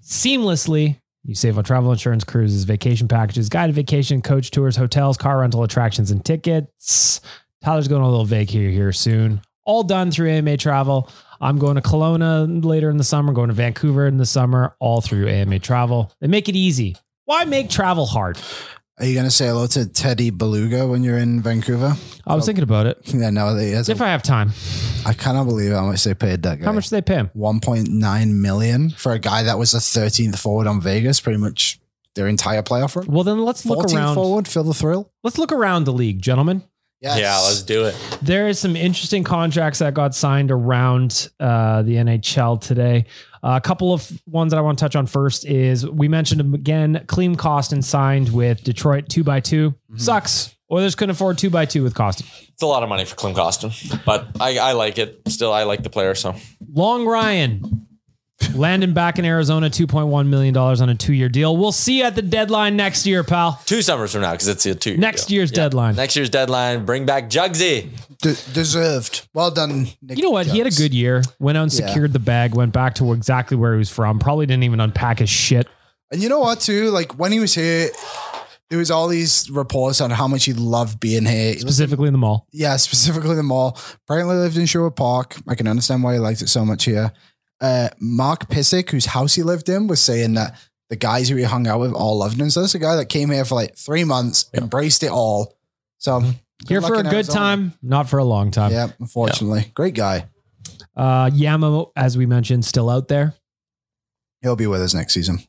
Speaker 2: seamlessly. You save on travel insurance, cruises, vacation packages, guided vacation, coach tours, hotels, car rental, attractions, and tickets. Tyler's going on a little vac here, here soon. All done through AMA travel. I'm going to Kelowna later in the summer, going to Vancouver in the summer, all through AMA travel. They make it easy. Why make travel hard?
Speaker 4: Are you going to say hello to Teddy Beluga when you're in Vancouver?
Speaker 2: I was thinking about it.
Speaker 4: Yeah, no, they, that's-
Speaker 2: If I have time,
Speaker 4: I cannot believe how much they paid that guy.
Speaker 2: how much do they pay him?
Speaker 4: 1.9 million for a guy that was the 13th forward on Vegas, pretty much their entire playoff run.
Speaker 2: Well, then let's look
Speaker 4: 14th
Speaker 2: around.
Speaker 4: forward, feel the thrill.
Speaker 2: Let's look around the league, gentlemen.
Speaker 4: Yes.
Speaker 5: Yeah, let's do it.
Speaker 2: There is some interesting contracts that got signed around uh, the NHL today. Uh, a couple of ones that I want to touch on first is we mentioned him again. Clean Costin signed with Detroit two by 2 Sucks. Oilers couldn't afford two by two with Costin.
Speaker 5: It's a lot of money for Clem Costin, but I, I like it. Still, I like the player. So
Speaker 2: Long Ryan landing back in Arizona, two point one million dollars on a two year deal. We'll see you at the deadline next year, pal.
Speaker 5: two summers from now, because it's a two
Speaker 2: Next year's deadline.
Speaker 5: Next year's deadline, bring back Jugsy.
Speaker 4: De- deserved. Well done, Nick.
Speaker 2: You know what? He had a
Speaker 4: Judge.
Speaker 2: good year. Went out and secured the bag. Went back to exactly where he was from. Probably didn't even unpack his shit.
Speaker 4: And you know what, too? Like when he was here, there was all these reports on how much he loved being here. He was-
Speaker 2: Specifically in the mall.
Speaker 4: yeah, specifically the mall. Apparently lived in Sherwood Park. I can understand why he liked it so much here. Uh, Mark Pissick, whose house he lived in, was saying that the guys who he hung out with all loved him. So this is a guy that came here for like three months, embraced it all. So good
Speaker 2: Mm-hmm. Here
Speaker 4: luck
Speaker 2: for a
Speaker 4: in
Speaker 2: good
Speaker 4: Arizona.
Speaker 2: time, not for a long time.
Speaker 4: Yeah, unfortunately. Great guy.
Speaker 2: Uh, Yamo, as we mentioned, still out there.
Speaker 4: He'll be with us next season.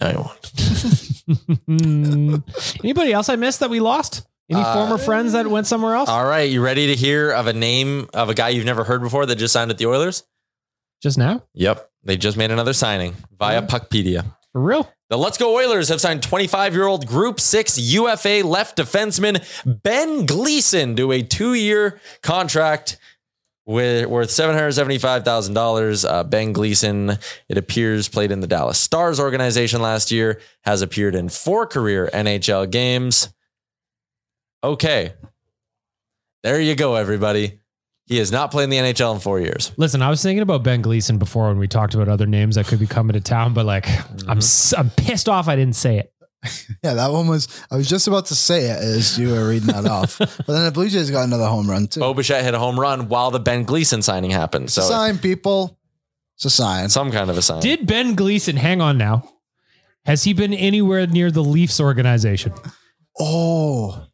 Speaker 5: No, you won't.
Speaker 2: Anybody else I missed that we lost? Any
Speaker 5: Uh,
Speaker 2: former friends that went somewhere else?
Speaker 5: All right, you ready to hear of a name of a guy you've never heard before that just signed at the Oilers?
Speaker 2: Just now?
Speaker 5: Yep, they just made another signing via Puckpedia.
Speaker 2: For real?
Speaker 5: The Let's Go Oilers have signed 25 year old Group 6 UFA left defenseman Ben Gleason to a two year contract with, worth $775,000. Uh, ben Gleason, it appears, played in the Dallas Stars organization last year, has appeared in four career NHL games. Okay. There you go, everybody. He has not played in the NHL in four years.
Speaker 2: Listen, I was thinking about Ben Gleason before when we talked about other names that could be coming to town, but like,
Speaker 4: Mm-hmm.
Speaker 2: I'm s- I'm pissed off I didn't say it.
Speaker 4: Yeah, that one was. I was just about to say it as you were reading that off, but then the Blue Jays got another home run too.
Speaker 5: Bo Bichette hit a home run while the Ben Gleason signing happened.
Speaker 4: it's a
Speaker 5: So
Speaker 4: sign, people. It's a sign.
Speaker 5: some kind of a
Speaker 4: Uh,
Speaker 5: sign.
Speaker 2: Did Ben Gleason? Hang on now. Has he been anywhere near the Leafs organization?
Speaker 4: Oh,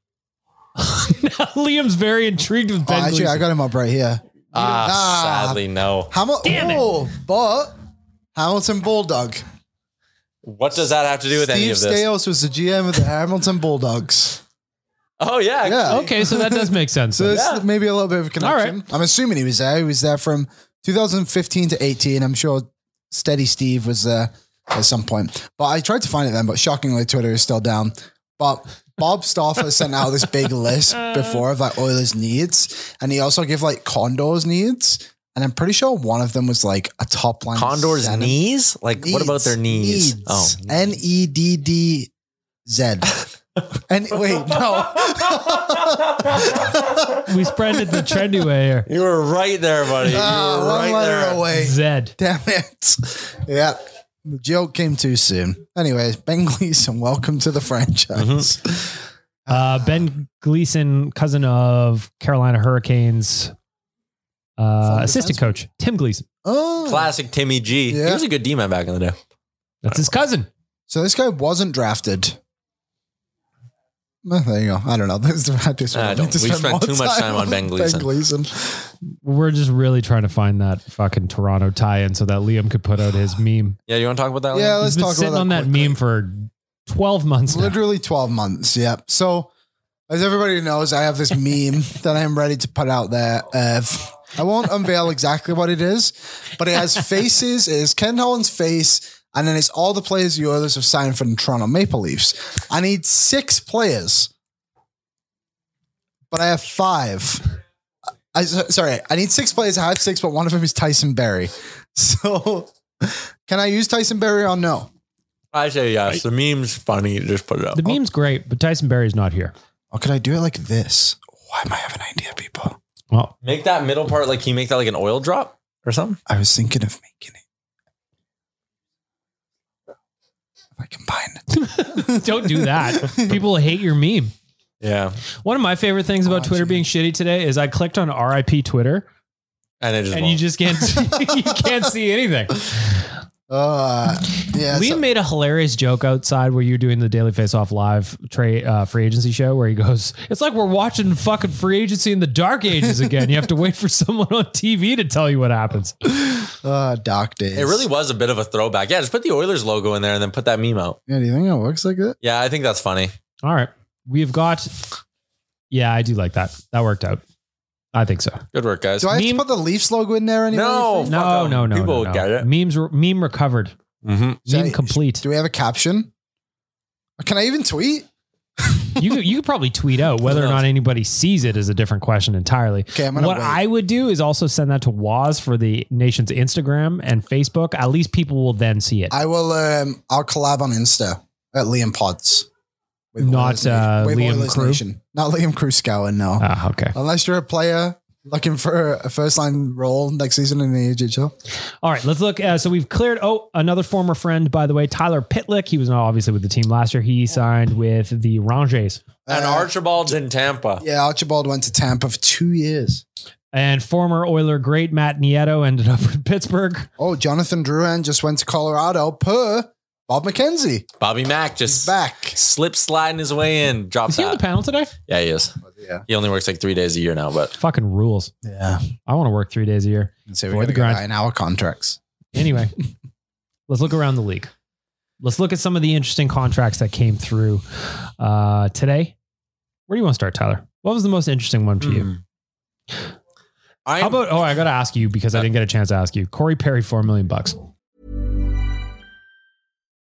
Speaker 2: Now, Liam's very intrigued with
Speaker 4: oh
Speaker 2: Ben.
Speaker 4: actually, I
Speaker 2: Gleason.
Speaker 4: got him up right here.
Speaker 5: Ah,
Speaker 4: Ah.
Speaker 5: sadly, no.
Speaker 4: Hamil-
Speaker 2: Damn it.
Speaker 4: oh, but Hamilton Bulldog.
Speaker 5: What does that have to do with any
Speaker 4: Steve
Speaker 5: of this?
Speaker 4: Stales was the GM of the Hamilton Bulldogs.
Speaker 5: Oh yeah,
Speaker 4: Yeah.
Speaker 2: okay, so that does make sense.
Speaker 4: So
Speaker 2: then.
Speaker 4: it's maybe a little bit of a connection. I'm assuming he was there. He was there from 2015 to 18. I'm sure Steady Steve was there at some point. But I tried to find it then, but shockingly, Twitter is still down. But Bob Stauffer sent out this big list before of like Oilers needs, and he also gave like Condors needs. And I'm pretty sure one of them was like a top line.
Speaker 5: Condors
Speaker 4: center.
Speaker 5: knees? Like what about their knees? Oh,
Speaker 4: N E D D Z. And wait, no.
Speaker 2: we spread it the trendy way here.
Speaker 5: you were right there, buddy. You
Speaker 4: Ah,
Speaker 5: were
Speaker 4: one
Speaker 5: right
Speaker 4: letter
Speaker 5: there.
Speaker 4: away.
Speaker 2: Zed.
Speaker 4: Damn it. yeah. The joke came too soon. Anyways, Ben Gleason, welcome to the franchise.
Speaker 5: Mm-hmm.
Speaker 2: Uh, ben Gleason, cousin of Carolina Hurricanes uh,
Speaker 4: Some
Speaker 2: assistant
Speaker 4: defenseman.
Speaker 2: coach Tim Gleason.
Speaker 4: Oh.
Speaker 5: Classic Timmy G. He
Speaker 4: Yeah.
Speaker 5: was a good D man back in the day.
Speaker 2: That's his cousin.
Speaker 4: So this guy wasn't drafted. Well, there you go. I don't know. This is, I just
Speaker 5: I
Speaker 4: wanted
Speaker 5: don't-
Speaker 4: to
Speaker 5: we
Speaker 4: spend
Speaker 5: spent
Speaker 4: more
Speaker 5: too much time on Ben Gleason.
Speaker 2: We're just really trying to find that fucking Toronto tie-in so that Liam could put out his meme.
Speaker 5: Yeah, you want to talk about that?
Speaker 4: Yeah,
Speaker 5: Liam?
Speaker 4: let's
Speaker 2: He's been
Speaker 4: talk
Speaker 2: sitting
Speaker 4: about
Speaker 2: on that meme for twelve months. Now.
Speaker 4: Literally 12 months. Yep. So, as everybody knows, I have this meme that I'm ready to put out there. Of, I won't unveil exactly what it is, but it has faces. It is Ken Holland's face, and then it's all the players the Oilers have signed for the Toronto Maple Leafs. I need six players, but I have five. I, sorry, I need six players. I have six, but one of them is Tyson Berry. So, can I use Tyson Berry or no?
Speaker 5: I say yes. The meme's funny. Just put it up.
Speaker 2: The meme's great, but Tyson Berry's not here.
Speaker 4: Or Oh, could I do it like this? Why might have an idea, people?
Speaker 2: Well,
Speaker 5: Make that middle part like can you make that like an oil drop or something?
Speaker 4: I was thinking of making it. If I combine it.
Speaker 2: don't do that. People hate your meme.
Speaker 5: Yeah.
Speaker 2: One of my favorite things about Twitter being shitty today is I clicked on RIP Twitter
Speaker 5: And it just,
Speaker 2: and you
Speaker 5: won't.
Speaker 2: just can't you can't see anything.
Speaker 4: Uh, yeah.
Speaker 2: Liam
Speaker 4: so-
Speaker 2: made a hilarious joke outside where you're doing the Daily Face Off live tra- uh, free agency show where he goes, "It's like we're watching fucking free agency in the dark ages again. you have to wait for someone on TV to tell you what happens."
Speaker 4: uh, dark days.
Speaker 5: it really was a bit of a throwback. Yeah, just put the Oilers logo in there and then put that meme out.
Speaker 4: Yeah, do you think it works like that?
Speaker 5: Yeah, I think that's funny.
Speaker 2: All right, we've got. Yeah, I do like that. That worked out. I think so.
Speaker 5: Good work, guys.
Speaker 4: Do I have to
Speaker 2: Meme-
Speaker 4: put the Leafs logo in there anyway?
Speaker 5: No.
Speaker 4: you think?
Speaker 2: No,
Speaker 5: Oh, Fuck
Speaker 2: no,
Speaker 5: them.
Speaker 2: no,
Speaker 5: People
Speaker 2: no, no.
Speaker 5: get it.
Speaker 2: Memes, re- meme recovered.
Speaker 5: Mm-hmm.
Speaker 4: Should I-
Speaker 2: meme complete.
Speaker 4: Do we have a caption? Can I even tweet?
Speaker 2: you could, you could probably tweet out whether or
Speaker 5: Who knows?
Speaker 2: not anybody sees it is a different question entirely.
Speaker 4: Okay, I'm gonna
Speaker 2: what
Speaker 4: wait.
Speaker 2: I would do is also send that to Waz for the nation's Instagram and Facebook. At least people will then see it.
Speaker 4: I will. Um, I'll collab on Insta at Liam Pods. With
Speaker 2: Not,
Speaker 4: Oilers Na-
Speaker 2: uh,
Speaker 4: with
Speaker 2: Liam
Speaker 4: Oilers
Speaker 2: Crew?
Speaker 4: Nation. Not Liam Kruskauer, no.
Speaker 2: Ah, okay.
Speaker 4: Unless you're a player looking for a first line role next season in the AHL.
Speaker 2: All right, let's look. Uh, so we've cleared. Oh, another former friend, by the way, Tyler Pitlick. He was not obviously with the team last year. He signed with the Rangers.
Speaker 5: And
Speaker 4: Uh,
Speaker 5: Archibald's in Tampa.
Speaker 4: Yeah, Archibald went to Tampa for two years.
Speaker 2: And former Oiler great Matt Nieto ended up with Pittsburgh.
Speaker 4: Oh, Jonathan Drouin just went to Colorado per Bob McKenzie.
Speaker 5: Bobby Mack
Speaker 4: He's
Speaker 5: just
Speaker 4: back.
Speaker 5: slip sliding his way in. Drop
Speaker 2: Is he on the
Speaker 5: that.
Speaker 2: panel today?
Speaker 5: Yeah, he is.
Speaker 4: Yeah.
Speaker 5: He only works like three days a year now, but
Speaker 2: Fucking rules.
Speaker 4: Yeah.
Speaker 2: I want to work three days a year.
Speaker 4: So
Speaker 2: For
Speaker 4: we
Speaker 2: the
Speaker 4: the
Speaker 2: grind.
Speaker 4: grind. in our contracts.
Speaker 2: Anyway, let's look around the league. Let's look at some of the interesting contracts that came through uh, today. Where do you want to start, Tyler? What was the most interesting one for you?
Speaker 5: I
Speaker 2: How about? Oh, I got to ask you because I didn't get a chance to ask you. Corey Perry, four million bucks.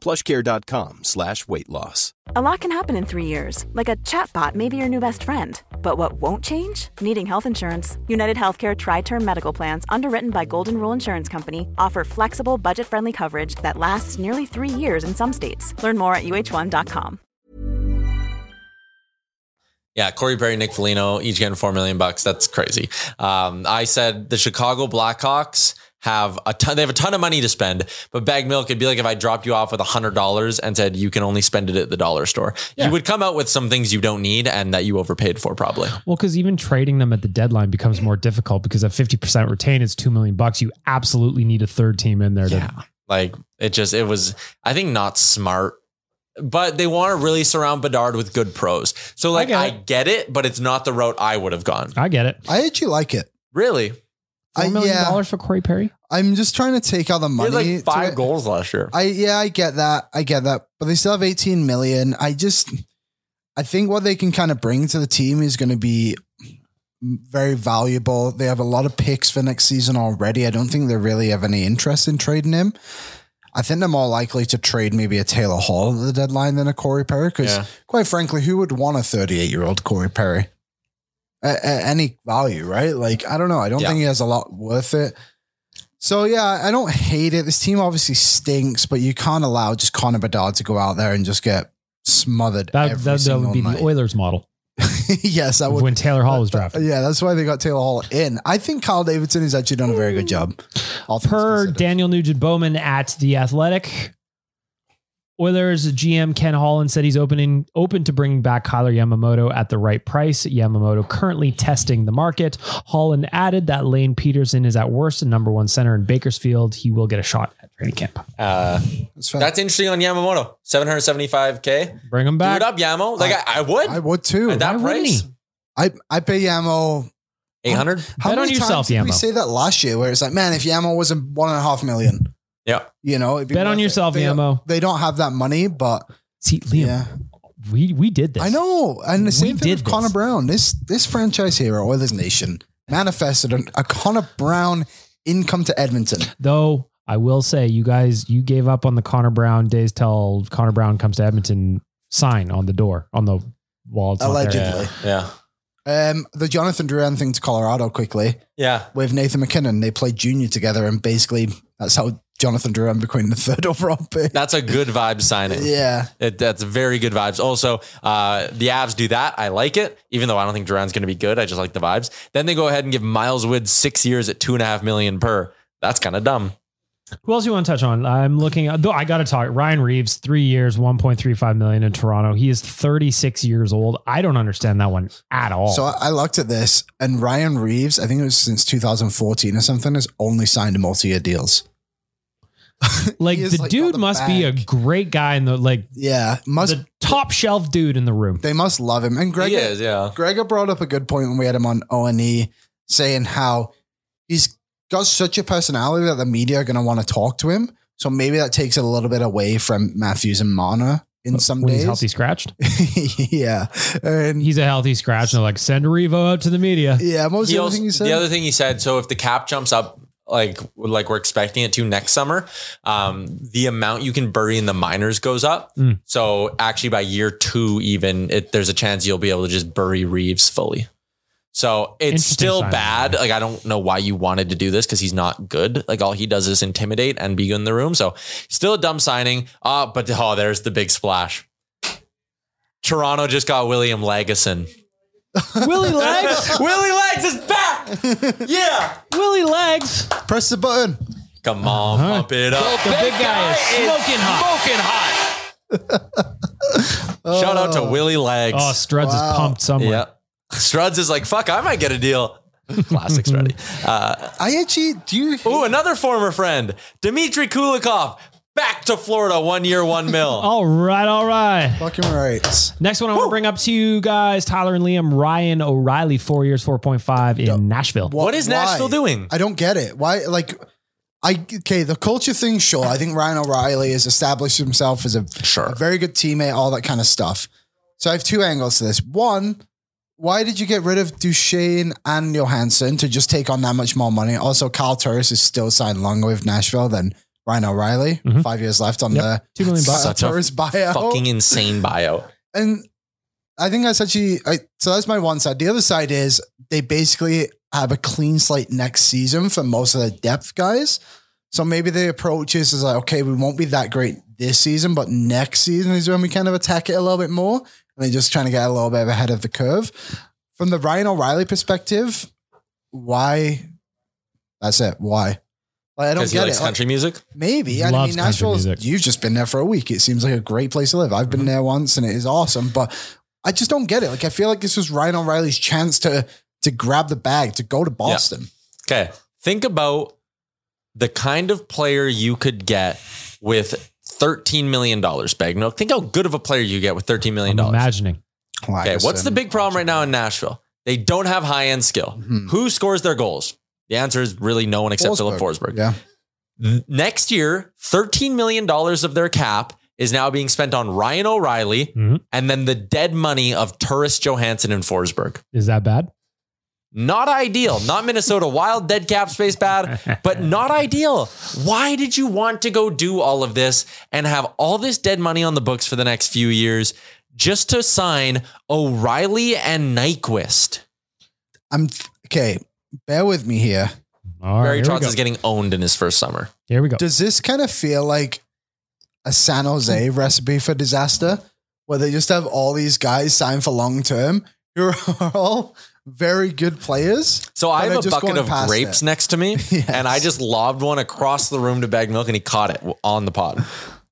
Speaker 6: plushcare.com slash weight loss.
Speaker 7: A lot can happen in three years, like a chatbot may be your new best friend. But what won't change? Needing health insurance. United Healthcare Tri Term Medical Plans, underwritten by Golden Rule Insurance Company, offer flexible, budget friendly coverage that lasts nearly three years in some states. Learn more at uh1.com.
Speaker 5: Yeah, Corey Perry, Nick Foligno, each getting four million bucks. That's crazy. Um, I said the Chicago Blackhawks have a ton. They have a ton of money to spend, but bag milk. It'd be like if I dropped you off with a hundred dollars and said you can only spend it at the dollar store. You would come out with some things you don't need and that you overpaid for, probably.
Speaker 2: Well, because even trading them at the deadline becomes more difficult because at 50% retain, it's 2 million bucks. You absolutely need a third team in there. To,
Speaker 5: Like it just it was. I think not smart. But they want to really surround Bedard with good pros. So like
Speaker 2: get
Speaker 5: I
Speaker 2: it.
Speaker 5: get, it, but it's not the route I would have gone.
Speaker 2: I get it.
Speaker 4: I actually like it.
Speaker 5: Really?
Speaker 4: I,
Speaker 2: $4 million
Speaker 4: yeah,
Speaker 2: for Corey Perry?
Speaker 4: I'm just trying to take out the
Speaker 5: He
Speaker 4: money.
Speaker 5: had like
Speaker 4: to
Speaker 5: five
Speaker 4: it.
Speaker 5: goals last year.
Speaker 4: I yeah, I get that. I get that. But they still have 18 million. I just I think what they can kind of bring to the team is going to be very valuable. They have a lot of picks for next season already. I don't think they really have any interest in trading him. I think they're more likely to trade maybe a Taylor Hall at the deadline than a Corey Perry because,
Speaker 5: Yeah.
Speaker 4: quite frankly, who would want a 38 year old Corey Perry at, at any value, right? Like, I don't know. I don't
Speaker 5: Yeah.
Speaker 4: think he has a lot worth it. So yeah, I don't hate it. This team obviously stinks, but you can't allow just Connor Bedard to go out there and just get smothered.
Speaker 2: That,
Speaker 4: every
Speaker 2: that, that
Speaker 4: single
Speaker 2: would be
Speaker 4: night.
Speaker 2: the Oilers model
Speaker 4: yes, that
Speaker 2: of
Speaker 4: would.
Speaker 2: when Taylor Hall was drafted.
Speaker 4: Yeah, that's why they got Taylor Hall in. I think Kyle Davidson has actually done a very good job. all things
Speaker 2: per
Speaker 4: considered.
Speaker 2: Daniel Nugent Bowman at the Athletic. Oilers GM Ken Holland said he's opening open to bringing back Kyler Yamamoto at the right price. Yamamoto currently testing the market. Holland added that Lane Peterson is at worst a number one center in Bakersfield. He will get a shot at training camp.
Speaker 5: Uh,
Speaker 4: That's fair.
Speaker 5: That's interesting on Yamamoto. 775K.
Speaker 2: Bring him
Speaker 5: Do
Speaker 2: back.
Speaker 5: it up, Yamo. Like, I, I would.
Speaker 4: I would too.
Speaker 5: At that
Speaker 2: Why wouldn't
Speaker 5: price.
Speaker 2: he?
Speaker 4: I I pay Yamo.
Speaker 5: 800.
Speaker 4: How
Speaker 2: Bet on
Speaker 4: many
Speaker 2: yourself,
Speaker 4: times did we
Speaker 2: Yamo.
Speaker 4: say that last year? Where it's like, man, if Yamo was a one and a half million,
Speaker 5: Yeah.
Speaker 4: you know, it'd be
Speaker 2: Bet on
Speaker 4: worth it.
Speaker 2: yourself,
Speaker 4: They-
Speaker 2: Yamo.
Speaker 4: They don't have that money, but
Speaker 2: See, Liam,
Speaker 4: yeah,
Speaker 2: we, we did this.
Speaker 4: I know. And
Speaker 2: We
Speaker 4: the same thing
Speaker 2: did
Speaker 4: with Connor
Speaker 2: this.
Speaker 4: Brown. This this franchise here, Oilers Nation, manifested an, a Connor Brown income to Edmonton.
Speaker 2: Though I will say, you guys, you gave up on the Connor Brown days till Connor Brown comes to Edmonton sign on the door, on the wall. It's not there.
Speaker 4: Allegedly.
Speaker 5: Yeah. Yeah.
Speaker 4: Um, the Jonathan Duran thing to Colorado quickly
Speaker 5: Yeah.
Speaker 4: with Nathan McKinnon. They played junior together, and basically that's how Jonathan Duran became the third overall pick.
Speaker 5: That's a good vibe signing.
Speaker 4: yeah,
Speaker 5: It, that's very good vibes. Also, uh, the Avs do that. I like it, even though I don't think Duran's going to be good. I just like the vibes. Then they go ahead and give Miles Wood six years at two and a half million per. That's kind of dumb.
Speaker 2: Who else you want to touch on? I'm looking. Though I got to talk. Ryan Reeves, three years, 1.35 million in Toronto. He is 36 years old. I don't understand that one at all.
Speaker 4: So I, I looked at this, and Ryan Reeves, I think it was since 2014 or something, has only signed multi-year deals.
Speaker 2: like
Speaker 4: he is,
Speaker 2: the
Speaker 4: like, on
Speaker 2: dude
Speaker 4: the
Speaker 2: must be a
Speaker 4: back.
Speaker 2: great guy in the like
Speaker 4: Yeah, must
Speaker 2: the top shelf dude in the room.
Speaker 4: they must love him? And Greg,
Speaker 5: he is, yeah.
Speaker 4: Gregor brought up a good point when we had him on O and E, saying how he's got such a personality that the media are going to want to talk to him. So maybe that takes it a little bit away from Matthews and Mana in some
Speaker 2: when
Speaker 4: days.
Speaker 2: he's healthy scratched,
Speaker 4: yeah, and
Speaker 2: he's a healthy scratch. And they're like, send Revo out to the media.
Speaker 4: yeah, most
Speaker 5: He
Speaker 4: of the
Speaker 5: also-
Speaker 4: thing you said.
Speaker 5: The other thing he said, so if the cap jumps up like like we're expecting it to next summer, um, the amount you can bury in the minors goes up.
Speaker 2: Mm.
Speaker 5: So actually, by year two, even it, there's a chance you'll be able to just bury Reeves fully. So it's
Speaker 2: Interesting
Speaker 5: still
Speaker 2: sign.
Speaker 5: bad. Like I don't know why you wanted to do this because he's not good. Like all he does is intimidate and be good in the room. So still a dumb signing. Uh, but oh, there's the big splash. Toronto just got William Lagesson.
Speaker 2: Willie Legs.
Speaker 5: Willie Legs is back. Yeah.
Speaker 2: Willie Legs. Uh-huh.
Speaker 4: Press the button.
Speaker 5: Come on, pump it up.
Speaker 2: The big guy is smoking hot.
Speaker 5: Shout out to Willie Legs.
Speaker 2: Oh, Struds is pumped somewhere.
Speaker 5: yeah. Struds is like, fuck, I might get a deal. Classic Struddy.
Speaker 4: I actually do. You hate-
Speaker 5: Ooh, another former friend, Dmitry Kulikov, back to Florida, one year, one mil.
Speaker 4: Oh,
Speaker 2: All right, all right.
Speaker 4: fucking right.
Speaker 2: Next one I want to bring up to you guys Tyler and Liam, Ryan O'Reilly, four years, 4.5 in Nashville.
Speaker 5: What is Nashville doing?
Speaker 4: I don't get it. Why? Like, I okay. The culture thing, sure. I think Ryan O'Reilly has established himself as a,
Speaker 5: Sure.
Speaker 4: a very good teammate, all that kind of stuff. So I have two angles to this. One, why did you get rid of Duchesne and Johansson to just take on that much more money? Also, Kyle Turris is still signed longer with Nashville than Ryan O'Reilly. Five years left on
Speaker 2: Mm-hmm. Yep.
Speaker 4: the
Speaker 2: Two million bucks.
Speaker 4: Kyle
Speaker 5: Such a
Speaker 4: Turris buyout.
Speaker 5: Fucking insane bio.
Speaker 4: And I think that's actually I, so. That's my one side. The other side is they basically have a clean slate next season for most of the depth guys. So maybe the approach is, is like, okay, we won't be that great this season, but next season is when we kind of attack it a little bit more. And they're just trying to get a little bit ahead of the curve. From the Ryan O'Reilly perspective, why? That's it. Why? Like, I don't
Speaker 5: Because he
Speaker 4: get
Speaker 5: likes
Speaker 4: it. Like,
Speaker 5: country music.
Speaker 4: Maybe. And I
Speaker 2: Loves country
Speaker 4: mean, Nashville,
Speaker 2: music. Mm-hmm.
Speaker 4: you've just been there for a week. It seems like a great place to live. I've been there once and it is awesome, but I just don't get it. Like, I feel like this was Ryan O'Reilly's chance to to grab the bag, to go to Boston.
Speaker 5: Okay. Think about the kind of player you could get with $13 million, Bagnall. Think how good of a player you get with $13 million.
Speaker 2: I'm imagining.
Speaker 5: Okay, what's the big problem right now in Nashville? They don't have high end skill. Who scores their goals? The answer is really no one except Philip Forsberg.
Speaker 4: Yeah.
Speaker 5: Next year, $13 million of their cap is now being spent on Ryan O'Reilly
Speaker 2: Mhm.
Speaker 5: and then the dead money of Turris Johansson and Forsberg.
Speaker 2: Is that bad?
Speaker 5: Not ideal. Not Minnesota Wild dead cap space bad, but not ideal. Why did you want to go do all of this and have all this dead money on the books for the next few years just to sign O'Reilly and Nyquist?
Speaker 4: I'm okay. Bear with me here.
Speaker 2: All right.
Speaker 5: Barry
Speaker 2: Here we,
Speaker 5: Trotz
Speaker 2: go.
Speaker 5: is getting owned in his first summer.
Speaker 2: here we go.
Speaker 4: Does this kind of feel like a San Jose
Speaker 2: Hmm.
Speaker 4: recipe for disaster where they just have all these guys signed for long term who are all very good players?
Speaker 5: So I
Speaker 4: but are
Speaker 5: have a
Speaker 4: just
Speaker 5: bucket
Speaker 4: going
Speaker 5: of
Speaker 4: past
Speaker 5: grapes
Speaker 4: it?
Speaker 5: next to me,
Speaker 4: Yes.
Speaker 5: and I just lobbed one across the room to bag milk, and he caught it w- on the pod.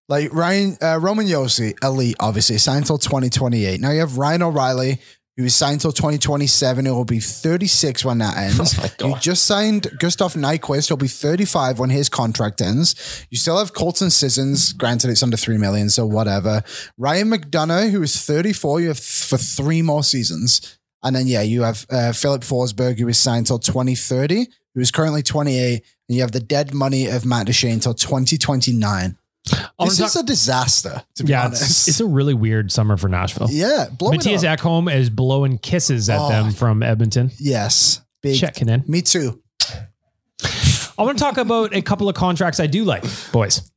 Speaker 4: Like Ryan uh, Roman Yossi, elite, obviously signed till twenty twenty eight. Now you have Ryan O'Reilly, who is signed till twenty twenty seven. It will be thirty six when that ends.
Speaker 5: Oh my God.
Speaker 4: you just signed Gustav Nyquist. He'll be thirty five when his contract ends. You still have Colton Sissons. Granted, it's under three million, so whatever. Ryan McDonough, who is thirty four. You have th- for three more seasons, and then yeah, you have uh, Philip Forsberg, who is signed till twenty thirty. Who is currently twenty eight. And you have the dead money of Matt Duchene till twenty twenty nine.
Speaker 2: I wanna
Speaker 4: This
Speaker 2: talk-
Speaker 4: is a disaster, to be
Speaker 2: yeah, it's,
Speaker 4: honest.
Speaker 2: it's a really weird summer for Nashville.
Speaker 4: yeah, blow it
Speaker 2: Matthias
Speaker 4: up.
Speaker 2: Ekholm is blowing kisses at
Speaker 4: Oh.
Speaker 2: them from Edmonton.
Speaker 4: Yes, big.
Speaker 2: Checking in.
Speaker 4: Me too.
Speaker 2: I want to talk about a couple of contracts I do like, boys.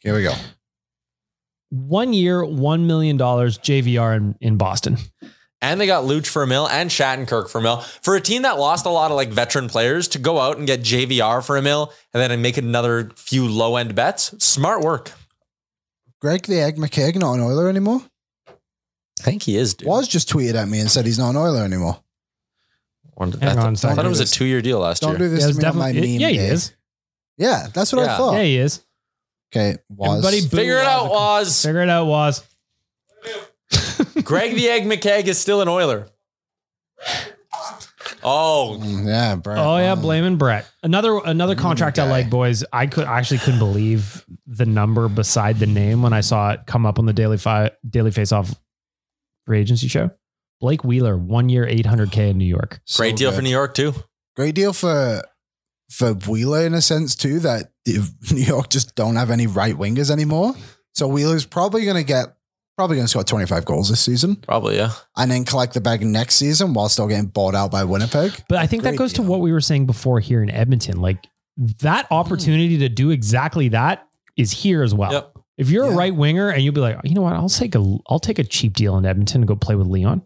Speaker 4: Here we go.
Speaker 2: One year, $1 million JVR in, in Boston.
Speaker 5: And they got Luch for a mill and Shattenkirk for a mill. For a team that lost a lot of like veteran players to go out and get JVR for a mill and then make another few low end bets, smart work.
Speaker 4: Greg the Egg McKagan not an Oiler anymore.
Speaker 5: I think he is, dude.
Speaker 4: Was just tweeted at me and said he's not an Oiler anymore.
Speaker 5: One- I,
Speaker 2: Hang
Speaker 5: thought-
Speaker 2: on a
Speaker 5: I thought
Speaker 2: second.
Speaker 5: it was a two year deal last
Speaker 4: Don't
Speaker 5: year.
Speaker 4: do this
Speaker 2: Yeah,
Speaker 4: to
Speaker 2: it's
Speaker 4: me on my meme.
Speaker 2: definitely- yeah, he
Speaker 4: day.
Speaker 2: is.
Speaker 4: Yeah, that's what I
Speaker 5: Yeah.
Speaker 4: thought.
Speaker 2: Yeah, he is.
Speaker 4: Okay, was
Speaker 2: Everybody boo
Speaker 5: Figure it
Speaker 2: Waz.
Speaker 5: out, Waz.
Speaker 2: Figure it out, Waz.
Speaker 5: Greg the Egg McKeag is still an Oiler. Oh,
Speaker 4: Mm, yeah, bro.
Speaker 2: Oh yeah,
Speaker 4: Mm.
Speaker 2: blaming Brett. Another another contract I
Speaker 4: guy.
Speaker 2: like, boys. I could I actually couldn't believe the number beside the name when I saw it come up on the daily fi- daily face off free agency show. Blake Wheeler, one year, eight hundred k in New York.
Speaker 4: Mm. So
Speaker 5: great deal
Speaker 4: good.
Speaker 5: for New York, too.
Speaker 4: Great deal for for Wheeler in a sense too. That if New York just don't have any right wingers anymore, so Wheeler's probably going to get probably going to score twenty five goals this season.
Speaker 5: Probably, yeah.
Speaker 4: and then collect the bag next season while still getting bought out by Winnipeg.
Speaker 2: But I think that
Speaker 4: Great
Speaker 2: goes to
Speaker 4: deal.
Speaker 2: what we were saying before here in Edmonton. Like that opportunity to do exactly that is here as well.
Speaker 5: Yep.
Speaker 2: If you're a
Speaker 4: Yeah.
Speaker 2: right winger and you'll be like, you know what, I'll take a I'll take a cheap deal in Edmonton and go play with Leon.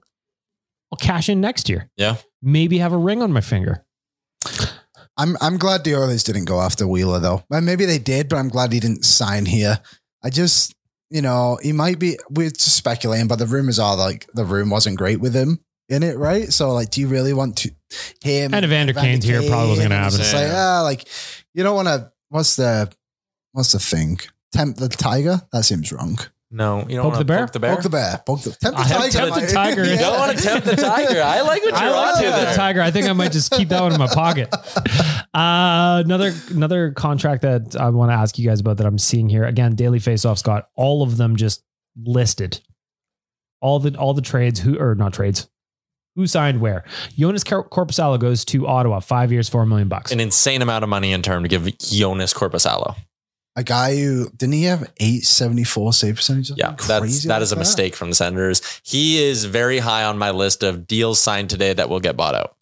Speaker 2: I'll cash in next year.
Speaker 5: Yeah.
Speaker 2: Maybe have a ring on my finger.
Speaker 4: I'm I'm glad the Oilers didn't go after Wheeler though. Well, maybe they did, but I'm glad he didn't sign here. I just you know, he might be, we're just speculating, but the rumors are like the room wasn't great with him in it, right? So, like, do you really want to him
Speaker 2: And Evander Kane's here probably wasn't gonna
Speaker 4: and it's
Speaker 2: happen.
Speaker 4: Just like,
Speaker 5: Yeah.
Speaker 4: ah, like, you don't want to, what's the, what's the thing? Tempt the tiger? That seems wrong.
Speaker 5: No, you don't
Speaker 2: Poke
Speaker 5: wanna
Speaker 2: the bear?
Speaker 5: Poke the bear.
Speaker 4: Poke the bear. Poke the, tempt the
Speaker 2: I have
Speaker 4: tiger.
Speaker 2: tempted
Speaker 4: mate.
Speaker 2: tiger. You
Speaker 5: You don't want to tempt the tiger. I like what
Speaker 2: I
Speaker 5: you're
Speaker 2: like
Speaker 5: onto
Speaker 2: that,
Speaker 5: there.
Speaker 2: Tiger. I think I might just keep that one in my pocket. Uh, another another contract that I want to ask you guys about that I'm seeing here again. Daily faceoffs got all of them just listed. All the all the trades who or not trades. Who signed where? Jonas Cor- Corposalo goes to Ottawa, five years, four million bucks.
Speaker 5: An insane amount of money in term to give Jonas Corposalo.
Speaker 4: A guy who, didn't he have 874 save percentage? or
Speaker 5: Yeah,
Speaker 4: something
Speaker 5: that's
Speaker 4: crazy
Speaker 5: that
Speaker 4: like
Speaker 5: is a mistake from the Senators. He is very high on my list of deals signed today that will get bought out.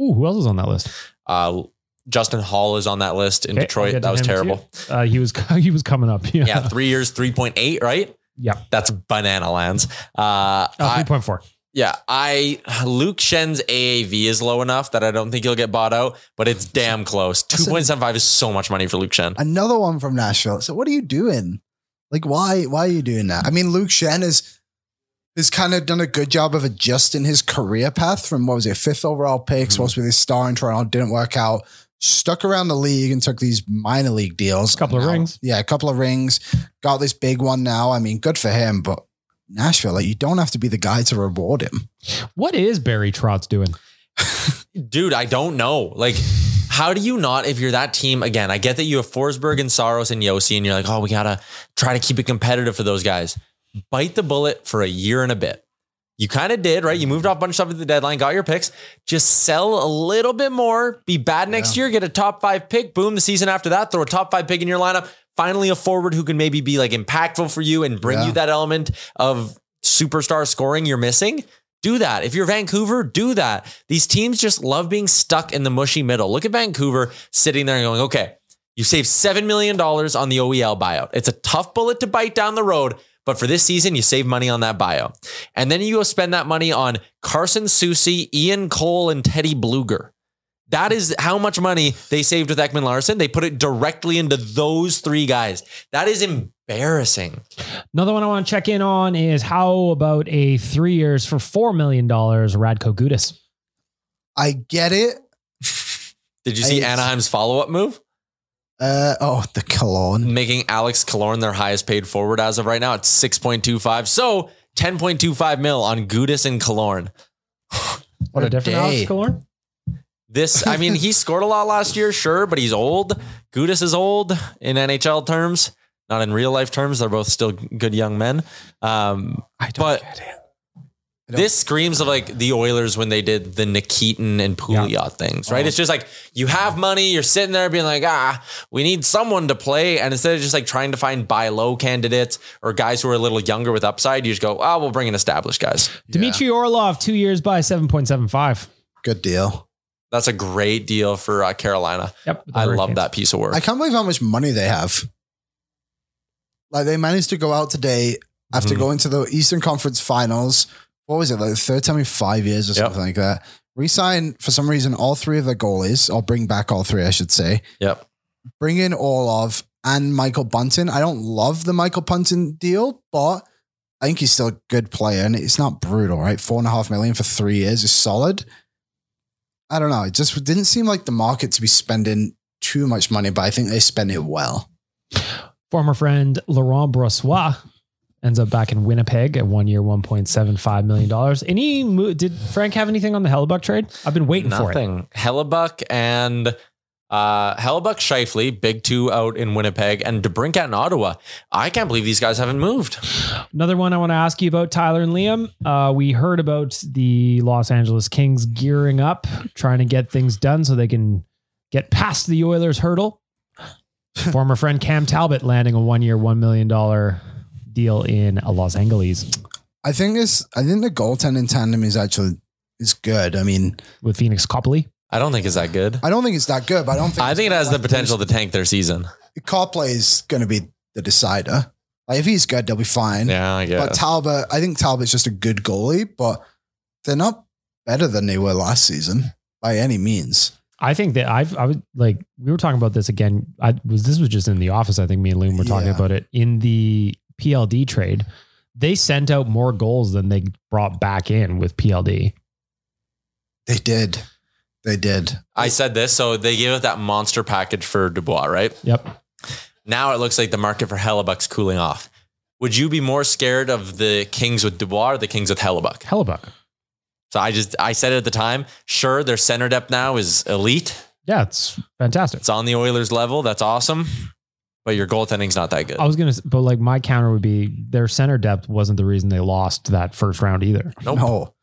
Speaker 2: Ooh, who else is on that list?
Speaker 5: Uh, Justin Hall is on that list in
Speaker 2: Okay, I'll
Speaker 5: Detroit.
Speaker 2: get
Speaker 5: That
Speaker 2: to
Speaker 5: was
Speaker 2: him too.
Speaker 5: terrible.
Speaker 2: Uh, he was he was coming up. Yeah,
Speaker 5: Yeah, three years, three point eight, right?
Speaker 2: Yeah.
Speaker 5: that's banana lands. Uh,
Speaker 2: uh,
Speaker 5: I-
Speaker 2: three point four.
Speaker 5: Yeah, I Luke Shen's AAV is low enough that I don't think he'll get bought out, but it's damn close. Two
Speaker 4: Listen-
Speaker 5: point seven five is so much money for Luke Shen.
Speaker 4: another one from Nashville. So what are you doing? Like why why are you doing that? I mean, Luke Shen is has kind of done a good job of adjusting his career path from what was it, fifth overall
Speaker 5: Mm-hmm.
Speaker 4: pick, supposed to be this star in Toronto, didn't work out. Stuck around the league and took these minor league deals.
Speaker 2: Couple of
Speaker 4: Now-
Speaker 2: rings.
Speaker 4: Yeah, a couple of rings. Got this big one now. I mean, good for him, but Nashville, like you don't have to be the guy to reward him.
Speaker 2: What is Barry Trotz doing?
Speaker 5: Dude, I don't know. Like, how do you not if you're that team again? I get that you have Forsberg and Saros and Yossi, and you're like, oh, we gotta try to keep it competitive for those guys. Bite the bullet for a year and a bit. You kind of did, right? You moved off a bunch of stuff at the deadline, got your picks. Just sell a little bit more, be bad next year, get a top five pick. Boom, the season after that, throw a top five pick in your lineup. Finally, a forward who can maybe be like impactful for you and bring
Speaker 4: Yeah.
Speaker 5: you that element of superstar scoring you're missing. Do that. If you're Vancouver, do that. These teams just love being stuck in the mushy middle. Look at Vancouver sitting there and going, okay, you save $7 million on the OEL buyout. It's a tough bullet to bite down the road, but for this season, you save money on that buyout. And then you go spend that money on Carson Susie, Ian Cole, and Teddy Bluger. That is how much money they saved with Ekman Larson. They put it directly into those three guys. That is embarrassing.
Speaker 2: Another one I want to check in on is how about a three years for four million dollars, Radko Gudis?
Speaker 4: I get it.
Speaker 5: Did you see
Speaker 4: I-
Speaker 5: Anaheim's follow up move?
Speaker 4: Uh, oh, the cologne.
Speaker 5: Making Alex Kalorn their highest paid forward as of right now at 6.25. So 10.25 mil on Gudis and Kalorn.
Speaker 2: What a,
Speaker 4: a
Speaker 2: different
Speaker 4: day.
Speaker 2: Alex Kalorn.
Speaker 5: This, I mean, he scored a lot last year, sure, but he's old. Gudis is old in NHL terms, not in real life terms. They're both still good young men. Um,
Speaker 4: I don't
Speaker 5: But-
Speaker 4: get it. don't-
Speaker 5: this screams of like the Oilers when they did the Nikitin and Pouliot things, right?
Speaker 4: Oh.
Speaker 5: It's just like you have money, you're sitting there being like, ah, we need someone to play. And instead of just like trying to find buy low candidates or guys who are a little younger with upside, you just go, oh, we'll bring in established guys.
Speaker 2: Dmitry Orlov, two years by seven point seven five.
Speaker 4: Good deal.
Speaker 5: That's a great deal for uh, Carolina.
Speaker 2: Yep, with the
Speaker 5: I love
Speaker 2: Hurricanes.
Speaker 5: that piece of work.
Speaker 4: I can't believe how much money they have. Like they managed to go out today after
Speaker 5: Mhm.
Speaker 4: going to the Eastern Conference Finals. What was it? Like the third time in five years or
Speaker 5: Yep.
Speaker 4: something like that. Resign for some reason all three of their goalies, or bring back all three, I should say.
Speaker 5: Yep.
Speaker 4: Bring in Orlov and Michael Bunting. I don't love the Michael Bunting deal, but I think he's still a good player, and it's not brutal, right? Four and a half million for three years is solid. I don't know. It just didn't seem like the market to be spending too much money, but I think they spend it well.
Speaker 2: Former friend Laurent Brossois ends up back in Winnipeg at one year, one point seven five million dollars. Any mo- did Frank have anything on the Hellebuck trade? I've been waiting for it.
Speaker 5: Nothing. Hellebuck and uh, Hellebuck, Shifley, big two out in Winnipeg, and DeBrincat in Ottawa. I can't believe these guys haven't moved.
Speaker 2: Another one I want to ask you about Tyler and Liam. Uh, we heard about the Los Angeles Kings gearing up, trying to get things done so they can get past the Oilers hurdle. Former friend Cam Talbot landing a one year, $1 million deal in uh, Los Angeles
Speaker 4: I think this. I think the goaltending tandem is actually is good. I mean,
Speaker 2: with Phoenix Copley.
Speaker 5: I don't think it's that good.
Speaker 4: I don't think it's that good, but I don't think
Speaker 5: I think it has the potential to tank their season.
Speaker 4: Copley is going to be the decider. Like if he's good, they'll be fine.
Speaker 5: Yeah, I
Speaker 4: But Talbot, I think Talbot's just a good goalie, but they're not better than they were last season by any means.
Speaker 2: I think that I've, I would like, we were talking about this again. I was, this was just in the office. I think me and Liam were talking
Speaker 4: Yeah.
Speaker 2: about it in the PLD trade. They sent out more goals than they brought back in with PLD.
Speaker 4: They did. They did.
Speaker 5: I said this, so they gave out that monster package for Dubois, right?
Speaker 2: Yep.
Speaker 5: Now it looks like the market for Hellebuck's cooling off. Would you be more scared of the Kings with Dubois or the Kings with Hellebuck?
Speaker 2: Hellebuck.
Speaker 5: So I just I said it at the time. Sure, their center depth now is elite.
Speaker 2: Yeah. It's fantastic.
Speaker 5: It's on the Oilers level. That's awesome. But your goaltending's not that good.
Speaker 4: Oh,
Speaker 2: I was going to, but like my counter would be their center depth wasn't the reason they lost that first round either.
Speaker 5: Nope.
Speaker 4: No.